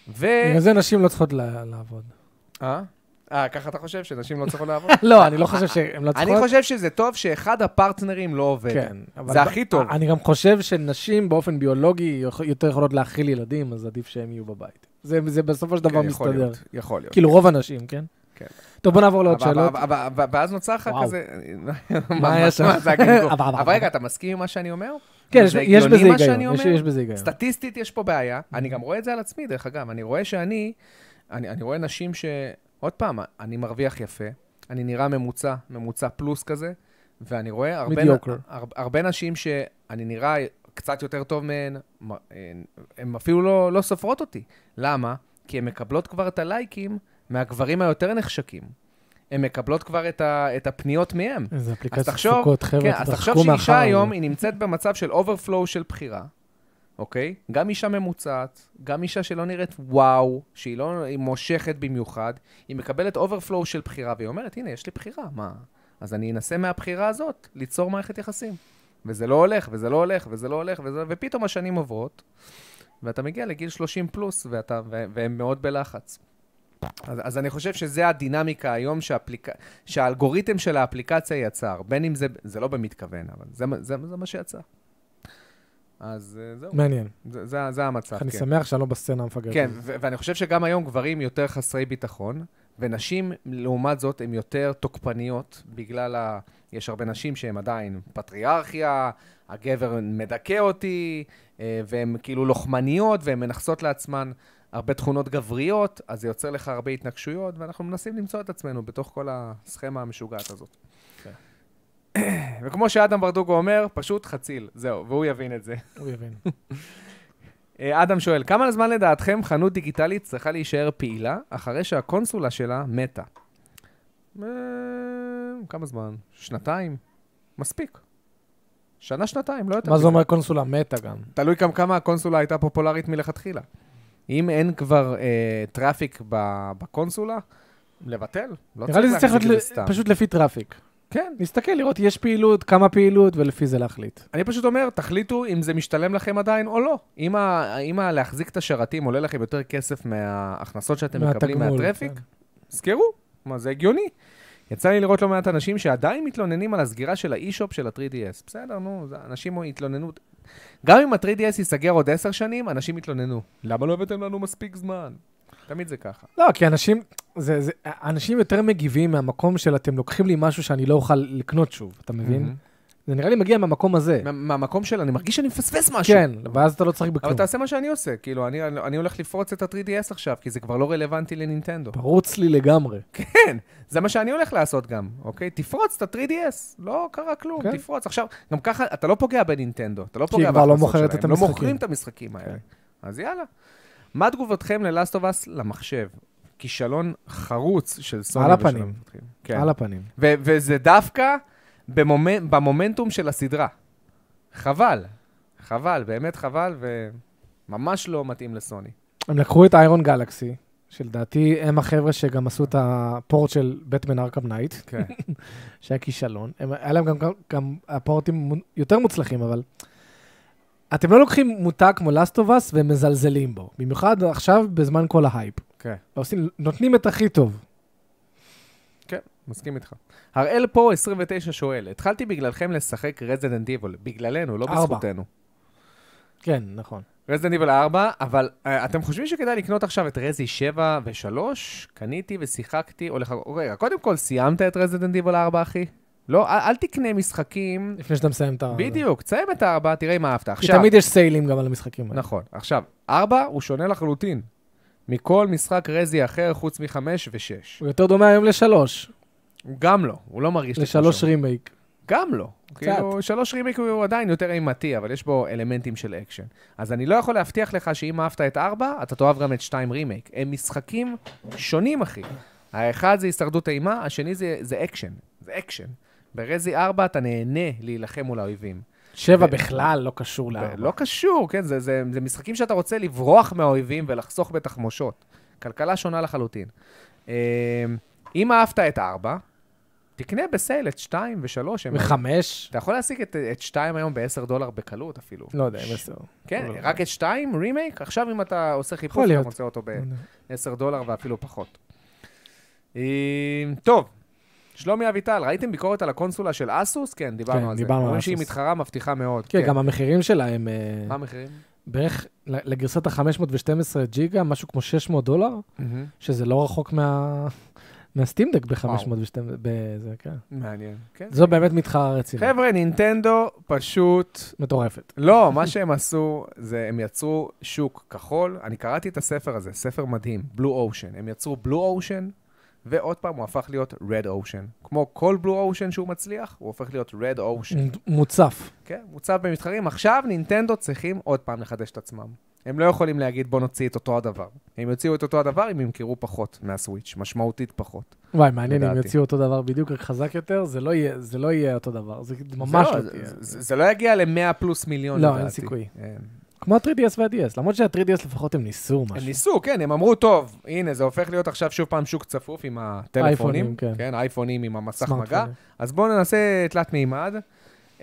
ו...
בגלל זה נשים לא צריכות לה- לעבוד.
אה? אה, ככה אתה חושב שנשים לא צריכות לעבוד?
לא, אני לא חושב שהן לא צריכות.
אה, אני חושב שזה טוב שאחד הפרטנרים לא עובד.
כן. אבל
זה
ב-
הכי טוב.
אני גם חושב שנשים באופן ביולוגי יכ- יותר יכולות להכיל ילדים, אז עדיף שהם יהיו בבית. זה זה בסופו של
כן,
דבר
יכול
לא מסתדר.
להיות, יכול להיות.
כאילו רוב הנשים, כן?
כן.
טוב, בוא נעבור לעוד
אבל-
כאילו שאלות.
אבל- אבל- אבל- ואז נוצר לך
וואו.
כזה...
מה היה שם?
מה זה הגנגו?
אבל- אבל-
אבל רגע, אתה מסכים עם מה שאני אומר?
כן,
זה
יש-
הגיוני
יש בזה
מה שאני
היגיון. יש-
אומר?
יש בזה היגיון.
סטטיסטית יש פה בעיה, אני גם רואה את זה על עצמי, דרך אגב. אני רואה שאני, אני, אני רואה נשים ש... עוד פעם, אני מרוויח יפה, אני נראה ממוצע, ממוצע פלוס כזה, ואני רואה הרבה,
מדיוקר.
הרבה, הרבה נשים שאני נראה קצת יותר טוב מהן, מ- הן- הן אפילו לא, לא סופרות אותי. למה? כי הן מקבלות כבר את הלייקים מהגברים היותר נחשקים. הן מקבלות כבר את, ה, את הפניות מהם.
איזה
אז
אפליקציות
תחשוב,
דפוקות,
כן,
חבר'ה,
אז תחשוב
תחשבו מאחר.
שאישה היום, היא נמצאת במצב של אוברפלואו של בחירה, אוקיי? גם אישה ממוצעת, גם אישה שלא נראית וואו, שהיא לא, היא מושכת במיוחד, היא מקבלת אוברפלואו של בחירה, והיא אומרת, הנה, יש לי בחירה, מה? אז אני אנסה מהבחירה הזאת ליצור מערכת יחסים. וזה לא הולך, וזה לא הולך, וזה לא הולך, וזה... ופתאום השנים עוברות, ואתה מגיע לגיל 30 פלוס, ואתה, ו- והם מאוד בלחץ. אז, אז אני חושב שזה הדינמיקה היום שהאפליק... שהאלגוריתם של האפליקציה יצר, בין אם זה, זה לא במתכוון, אבל זה, מה- זה, זה מה שיצא. אז אה, זהו,
מעניין.
זה, זה, זה המצב,
אני
כן.
שמח שאני לא בסצנה המפגרת.
כן,
הזאת.
ו- ואני חושב שגם היום גברים יותר חסרי ביטחון, ונשים, לעומת זאת, הן יותר תוקפניות, בגלל ה... יש הרבה נשים שהן עדיין פטריארכיה, הגבר מדכא אותי, אה, והן כאילו לוחמניות, והן מנכסות לעצמן הרבה תכונות גבריות, אז זה יוצר לך הרבה התנגשויות, ואנחנו מנסים למצוא את עצמנו בתוך כל הסכמה המשוגעת הזאת. וכמו שאדם ברדוגו אומר, פשוט חציל, זהו, והוא יבין את זה.
הוא יבין.
אה, אדם שואל, כמה זמן לדעתכם חנות דיגיטלית צריכה להישאר פעילה אחרי שהקונסולה שלה מתה? אה, כמה זמן? שנתיים? מספיק. שנה, שנתיים, לא יותר.
מה
מזה.
זה אומר קונסולה מתה גם?
תלוי גם כמה הקונסולה הייתה פופולרית מלכתחילה. אם אין כבר אה, טראפיק ב- בקונסולה, לבטל. לא
נראה לי זה צריך
להחזיק את
להיות
זה סתם.
ל- פשוט לפי טראפיק.
כן.
להסתכל, לראות יש פעילות, כמה פעילות, ולפי זה להחליט.
אני פשוט אומר, תחליטו אם זה משתלם לכם עדיין או לא. אם, ה, אם ה, להחזיק את השרתים עולה לכם יותר כסף מההכנסות שאתם מקבלים
מהתגמול,
מהטרפיק,
כן.
סגרו, מה זה הגיוני. יצא לי לראות לא מעט אנשים שעדיין מתלוננים על הסגירה של האי-שופ של ה-3DS. בסדר, נו, זה- אנשים התלוננו. גם אם ה-3DS ייסגר עוד עשר שנים, אנשים יתלוננו. למה לא הבאתם לנו מספיק זמן? תמיד זה ככה.
לא, כי אנשים, זה, זה, אנשים יותר מגיבים מהמקום של אתם לוקחים לי משהו שאני לא אוכל לקנות שוב, אתה מבין? זה נראה לי מגיע מהמקום הזה.
מה- מהמקום של, אני מרגיש שאני מפספס משהו.
כן, ואז אתה לא צריך
אבל
בכלום.
תעשה מה שאני עושה, כאילו, אני, אני הולך לפרוץ את ה-3DS עכשיו, כי זה כבר לא רלוונטי לנינטנדו.
פרוץ לי לגמרי.
כן, זה מה שאני הולך לעשות גם, אוקיי? תפרוץ את ה-3DS, לא קרה כלום,
כן.
תפרוץ. עכשיו, גם ככה, אתה לא פוגע בנינטנדו, אתה לא
היא
פוגע
כבר לא
בהכנסות
מוכרת
שלהם,
את
לא
המשחקים.
מוכרים את המשחקים האלה.
כן.
אז יאללה. מה תגובתכם ללאסט אוף אס למחשב? כישלון חרוץ של סוני
על
ושל
הפנים.
המפתחים. כן.
על הפנים.
ו- וזה דווקא במומנ- במומנטום של הסדרה. חבל, חבל, באמת חבל, וממש לא מתאים לסוני.
הם לקחו את איירון גלקסי, שלדעתי הם החבר'ה שגם עשו את הפורט של בטמן ארקאם נייט,
כן.
שהיה כישלון. הם- היה להם גם, גם, גם הפורטים מו- יותר מוצלחים, אבל... אתם לא לוקחים מותג כמו Last of Us ומזלזלים בו, במיוחד עכשיו בזמן כל ההייפ.
כן.
ועושים, נותנים את הכי טוב.
מסכים איתך. הראל פה 29 שואל, התחלתי בגללכם לשחק רזדנט איבול, בגללנו, לא
ארבע.
בזכותנו.
כן, נכון.
רזדנט איבול 4, אבל אה, אתם חושבים שכדאי לקנות עכשיו את רזי 7 ו-3? קניתי ושיחקתי, או לחכות... רגע, קודם כל, סיימת את רזדנט איבול 4, אחי? לא, אל, אל תקנה משחקים...
לפני שאתה מסיים את ה...
בדיוק, תסיים את הארבע, תראה אם אהבת.
אה. כי
עכשיו,
תמיד יש סיילים גם על המשחקים האלה.
נכון. עכשיו, ארבע הוא שונה לחלוטין מכל משחק רזי אחר חוץ מחמש ושש.
הוא יותר דומה היום לשלוש,
הוא גם לא, הוא לא מרגיש לי כמו
לשלוש
שם.
רימייק.
גם לא. קצת. כאילו,
קצת.
שלוש רימיק הוא עדיין יותר אימתי, אבל יש בו אלמנטים של אקשן. אז אני לא יכול להבטיח לך שאם אהבת את ארבע, אתה תאהב גם את שתיים רימייק. הם משחקים שונים, אחי. האחד זה הישרדות אימה, השני זה, זה אקשן. זה אקשן. ברזי ארבע אתה נהנה להילחם מול האויבים.
שבע
ו-
בכלל לא קשור
ב-
לארבע.
לא קשור, כן? זה, זה, זה משחקים שאתה רוצה לברוח מהאויבים ולחסוך בתחמושות. כלכלה שונה לחלוטין. אמ, אם אהבת את ארבע, תקנה בסייל את שתיים ושלוש. הם-
וחמש?
אתה יכול להשיג את, את שתיים היום ב-10 דולר בקלות אפילו.
לא יודע,
ש-
בסדר.
כן,
אבל-
רק את שתיים, רימייק, עכשיו אם אתה עושה חיפוש,
יכול
אתה
להיות. Mm.
מוצא אותו ב-10 דולר ואפילו פחות. אה, טוב, שלומי אביטל, ראיתם ביקורת על הקונסולה של אסוס? כן,
כן,
דיברנו על זה.
דיברנו על
אומרים שהיא
אסוס.
מתחרה מבטיחה מאוד.
כן, גם המחירים שלה הם... אה,
מה המחירים?
בערך ל- לגרסת ה-512 ג'יגה, משהו כמו 600 דולר, שזה לא רחוק מה... מהסטים דק ב-512, בזה, כן.
מעניין. כן.
זו באמת מתחרה רצינית,
חבר'ה, נינטנדו פשוט
מטורפת.
לא, מה שהם עשו, זה הם יצרו שוק כחול. אני קראתי את הספר הזה, ספר מדהים, בלו אושן. הם יצרו בלו אושן, ועוד פעם הוא הפך להיות רד אושן. כמו כל בלו אושן שהוא מצליח, הוא הופך להיות רד אושן.
מ- מוצף.
כן, מוצב במתחרים. עכשיו נינטנדו צריכים עוד פעם לחדש את עצמם. הם לא יכולים להגיד, בוא נוציא את אותו הדבר. הם יוציאו את אותו הדבר אם ימכרו פחות מהסוויץ', משמעותית פחות.
וואי, מעניין אם
לדעתי.
יוציאו אותו דבר בדיוק, רק חזק יותר, זה לא יהיה- זה לא יהיה אותו דבר, זה
זה
ממש לא
זה,
תהיה.
זה, זה לא יגיע ל-100 פלוס מיליון,
לא,
לדעתי. כן.
אין סיכוי.
אין.
כמו ה-3DS וה-DS, למרות שה-3DS לפחות הם ניסו
הם
משהו.
ניסו, כן, הם אמרו, טוב, הנה, זה הופך להיות עכשיו שוב פעם שוק צפוף עם הטלפונים.
אייפונים, כן.
כן, אייפונים עם המסך מגע.
סמארטפונים.
אז בואו ננסה תלת מימד. Uh,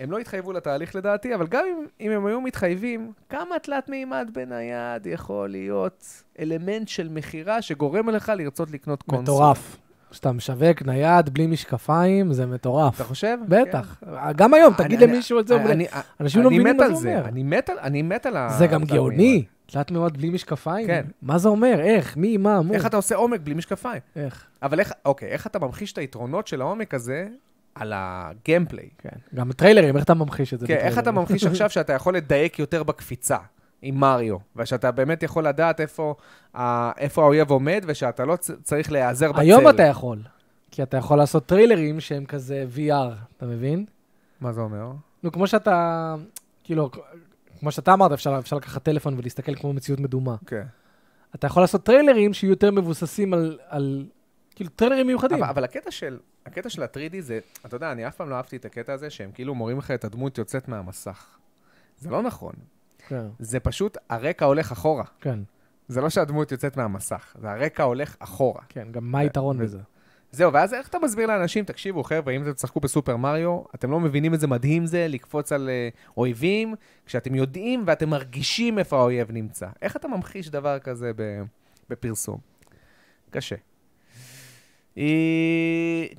הם לא התחייבו לתהליך לדעתי, אבל גם אם, אם הם היו מתחייבים, כמה תלת מימד בנייד יכול להיות אלמנט של מכירה שגורם לך לרצות לקנות קונסול?
מטורף. כשאתה משווק נייד בלי משקפיים, זה מטורף.
אתה חושב?
בטח. אה, גם היום,
אני-
תגיד
אני-
למישהו את זה, הוא
אני-
אומר,
אני-
אנשים לא
אני
מבינים
מת
מה
על
זה אומר.
אני אה, מת על- אני מת על ה...
זה גם
התלת
גאוני. תלת מאוד בלי משקפיים?
כן.
מה זה אומר? איך? מי? מה? מו?
מימד. איך אתה עושה עומק בלי משקפיים?
איך?
אבל איך, אוקיי, איך אתה ממחיש את היתרונות של העומק הזה על הגיימפליי?
כן. גם טריילרים, איך אתה ממחיש את זה?
כן, איך אתה
בטריילרים?
ממחיש עכשיו שאתה יכול לדייק יותר בקפיצה עם מריו, ושאתה באמת יכול לדעת איפה, ה- איפה האויב עומד, ושאתה לא צ- צריך להיעזר בצל.
היום אתה יכול. כי אתה יכול לעשות טריילרים שהם כזה VR, אתה מבין?
מה זה אומר?
נו, כמו שאתה... כאילו, כמו שאתה אמרת, אפשר אפשר לקחת טלפון ולהסתכל כמו מציאות מדומה.
כן.
אתה יכול לעשות טריילרים שיהיו יותר מבוססים על... על- כאילו, טריילרים מיוחדים.
אבל, אבל הקטע של... הקטע של ה-3D זה, אתה יודע, אני אף פעם לא אהבתי את הקטע הזה שהם כאילו מורים לך את הדמות יוצאת מהמסך. זה לא נכון.
כן,
זה פשוט, הרקע הולך אחורה.
כן,
זה לא שהדמות יוצאת מהמסך, זה הרקע הולך אחורה.
כן, גם מה היתרון
ו-
בזה?
זהו, ואז איך אתה מסביר לאנשים, תקשיבו, חבר'ה, אם אתם תשחקו בסופר מריו, אתם לא מבינים איזה מדהים זה לקפוץ על אה, אויבים, כשאתם יודעים ואתם מרגישים איפה האויב נמצא. איך אתה ממחיש דבר כזה ב- בפרסום? קשה.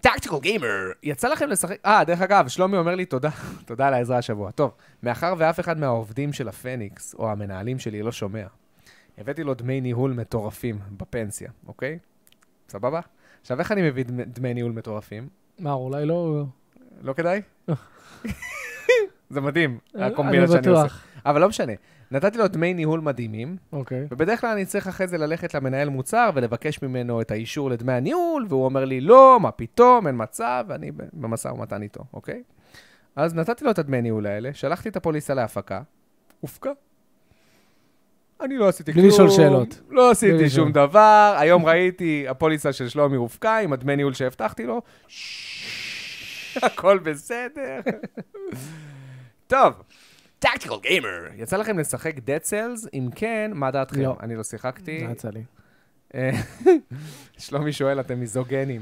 טקטיקל גיימר, יצא לכם לשחק... אה, דרך אגב, שלומי אומר לי תודה, תודה על העזרה השבוע. טוב, מאחר ואף אחד מהעובדים של הפניקס, או המנהלים שלי, לא שומע, הבאתי לו דמי ניהול מטורפים בפנסיה, אוקיי? סבבה? עכשיו, איך אני מביא דמי- דמי ניהול מטורפים?
מה, אולי לא...
לא כדאי? זה מדהים,
אה, אני
הקומבינה שאני
בטוח.
עושה. אבל לא משנה. נתתי לו דמי ניהול מדהימים,
אוקיי.
ובדרך כלל אני צריך אחרי זה ללכת למנהל מוצר ולבקש ממנו את האישור לדמי הניהול, והוא אומר לי, לא, מה פתאום, אין מצב, ואני ב- במשא ומתן איתו, אוקיי? אז נתתי לו את הדמי ניהול האלה, שלחתי את הפוליסה להפקה, הופקה. אני לא עשיתי
בלי
כלום.
לשאול שאלות.
לא
בלי
עשיתי
לשאול.
שום דבר. היום ראיתי, הפוליסה של שלומי הופקה עם הדמי ניהול שהבטחתי לו. הכל בסדר. טוב, טקטיקל גיימר. יצא לכם לשחק Dead Cells? אם כן, מה דעתכם?
לא.
אני לא שיחקתי.
זה יצא לי.
אה, שלומי שואל, אתם מיזוגנים.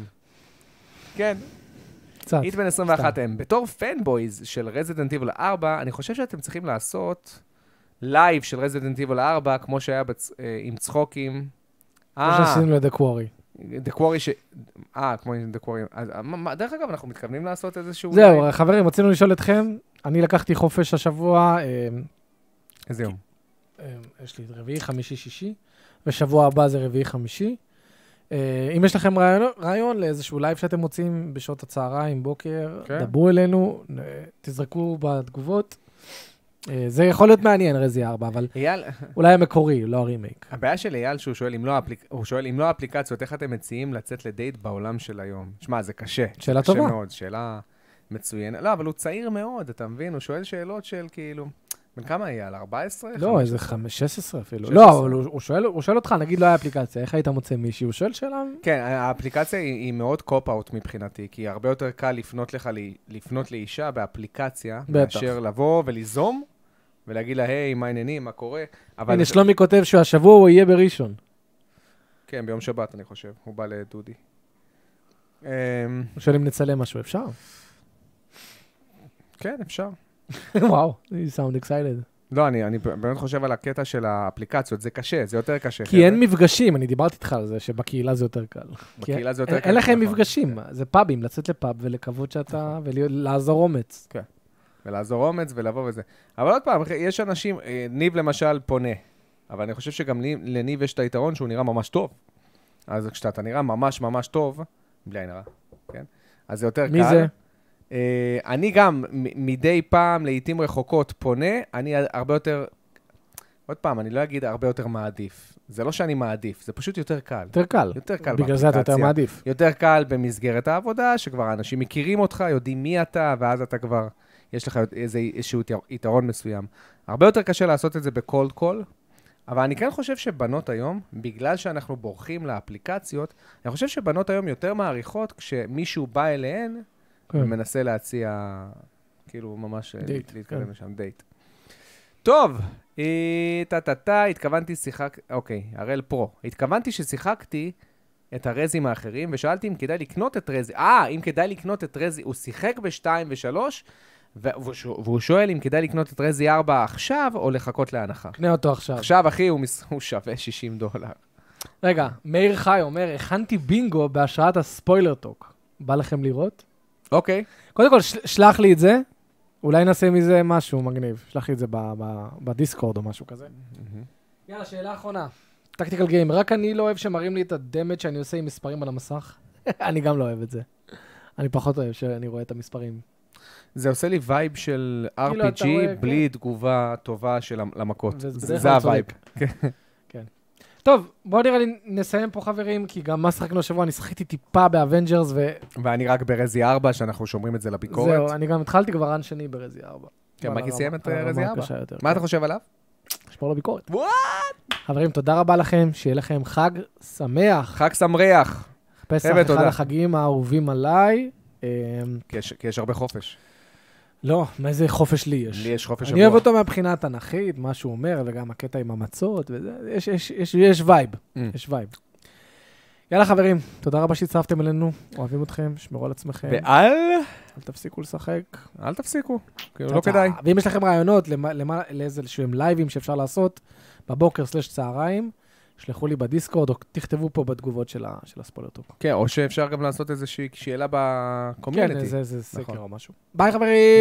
כן,
אה, קצת.
איט בן 21 הם. בתור פנבויז של רזידנט איבל 4, אני חושב שאתם צריכים לעשות לייב של רזידנט איבל 4, כמו שהיה בצ- אה, עם צחוקים.
כמו
אה,
שעשינו לדה קוורי.
The Quarry ש... אה, כמו עם The Quarry. אז, אה, מה- מה- דרך אגב, אנחנו מתכוונים לעשות איזשהו... לייב?
זהו, חברים, רצינו לשאול אתכם. אני לקחתי חופש השבוע, אה,
איזה יום.
אה, יש לי רביעי, חמישי, שישי, ושבוע הבא זה רביעי, חמישי. אה, אם יש לכם רעיון- רעיון לאיזשהו לייב שאתם מוצאים בשעות הצהריים, בוקר,
כן.
דברו אלינו, אה, תזרקו בתגובות. אה, זה יכול להיות מעניין, רזי ארבע, אבל
אייל,
אולי המקורי, לא הרימייק.
הבעיה של אייל שהוא שואל אם לא, האפליק... הוא שואל, אם לא האפליקציות, איך אתם מציעים לצאת לדייט בעולם של היום? שמע, זה קשה.
שאלה
קשה
טובה.
מאוד, שאלה מצוינת. לא, אבל הוא צעיר מאוד, אתה מבין? הוא שואל שאלות של כאילו... בן כמה אייל? 14?
לא, איזה חמש, 16 אפילו.
16.
לא, אבל הוא הוא שואל- הוא שואל אותך, נגיד לא היה אפליקציה, איך היית מוצא מישהי? הוא שואל שאלה...
כן, האפליקציה היא, היא מאוד קופ-אוט מבחינתי, כי הרבה יותר קל לפנות לך, ל- לפנות לאישה באפליקציה,
בטח.
מאשר לבוא וליזום ולהגיד לה, היי, מה העניינים, מה קורה? אבל...
הנה, שלומי כותב שהשבוע הוא יהיה בראשון.
כן, ביום שבת, אני חושב. הוא בא לדודי. אמ,
הוא שואל אם נצלם משהו, אפשר?
כן, אפשר.
וואו, you sound excited.
לא, אני, אני באמת חושב על הקטע של האפליקציות, זה קשה, זה יותר קשה.
כי אין מפגשים, אני דיברתי איתך על זה שבקהילה זה יותר קל.
בקהילה זה יותר
אין
קשה.
אין לכם
נכון.
מפגשים, זה פאבים, לצאת לפאב ולקוות שאתה, ולעזור אומץ.
ולעזור אומץ ולבוא וזה. אבל עוד פעם, יש אנשים, אה, ניב למשל פונה, אבל אני חושב שגם לי- לניב יש את היתרון שהוא נראה ממש טוב. אז כשאתה נראה ממש ממש טוב, בלי עין הרע, כן? אז זה יותר קל.
מי זה?
אה, אני גם מ- מדי פעם, לעיתים רחוקות, פונה, אני הרבה יותר... עוד פעם, אני לא אגיד הרבה יותר מעדיף. זה לא שאני מעדיף, זה פשוט יותר קל.
יותר קל.
יותר קל
בגלל זה אתה יותר
באפליקציה.
מעדיף.
יותר קל במסגרת העבודה, שכבר אנשים מכירים אותך, יודעים מי אתה, ואז אתה כבר, יש לך איזה, איזשהו יתרון מסוים. הרבה יותר קשה לעשות את זה בקולד קול, אבל אני כן חושב שבנות היום, בגלל שאנחנו בורחים לאפליקציות, אני חושב שבנות היום יותר מעריכות כשמישהו בא אליהן
כן.
ומנסה להציע, כאילו, ממש אה,
דייט,
להתקדם
כן.
לשם, דייט. טוב, אה, טה-טה-טה, התכוונתי שיחק... אוקיי, הראל פרו. התכוונתי ששיחקתי את הרזים האחרים, ושאלתי אם כדאי לקנות את רזי. אה, אם כדאי לקנות את רזי. הוא שיחק בשתיים ושלוש, והוא ש- והוא שואל אם כדאי לקנות את רזי 4 עכשיו, או לחכות להנחה.
קנה אותו עכשיו.
עכשיו, אחי, הוא מס- הוא שווה 60 דולר.
רגע, מאיר חי אומר, הכנתי בינגו בהשראת הספוילר טוק. בא לכם לראות?
אוקיי.
קודם כל, של- שלח לי את זה, אולי נעשה מזה משהו מגניב. שלח לי את זה ב- ב- בדיסקורד או משהו כזה.
Mm-hmm.
יאללה, שאלה אחרונה. טקטיקל גיים, רק אני לא אוהב שמראים לי את הדמג' שאני עושה עם מספרים על המסך. אני גם לא אוהב את זה. אני פחות אוהב שאני רואה את המספרים.
זה עושה לי וייב של
כאילו, אתה
RPG
רואה,
בלי תגובה טובה של המ- למכות.
וזה
זה
בדרך
זה
כלל
הווייב.
טוב, בואו נראה לי נסיים פה חברים, כי גם מה שחקנו השבוע, אני שחקתי טיפה באבנג'רס,
ואני רק ברזי 4, שאנחנו שומרים את זה לביקורת.
וזהו, אני גם התחלתי כבר רן שני ברזי 4.
כן, מגי סיים את, אה, רזי 4. מה
מה
אתה חושב עליו?
נשמור כן. לו ביקורת.
וואט?
חברים, תודה רבה לכם, שיהיה לכם חג שמח.
חג שמח,
פסח,
חבר'ה,
אחד
תודה.
החגים האהובים עליי. אמ,
כי יש- כי יש הרבה חופש.
לא, מאיזה חופש לי יש.
לי יש חופש
אני אוהב
שבוע.
אותו מהבחינה התנ"כית, מה שהוא אומר, וגם הקטע עם המצות, וזה, יש, יש, יש, יש וייב,
Mm.
יש וייב. יאללה חברים, תודה רבה שהצטרפתם אלינו, אוהבים אתכם, שמרו על עצמכם,
ואל,
אל תפסיקו לשחק.
אל תפסיקו, כאילו,
צא,
לא
צא.
כדאי.
ואם יש לכם רעיונות למה- למה- לאיזה שהם לייבים שאפשר לעשות בבוקר סלש צהריים, שלחו לי בדיסקורד או תכתבו פה בתגובות של ה- של הספולרטוק.
כן, או שאפשר גם לעשות איזושהי שאלה
כן,
בקומיוניטי.
זה זה סקר
נכון.
או משהו. ביי חברים!
ביי.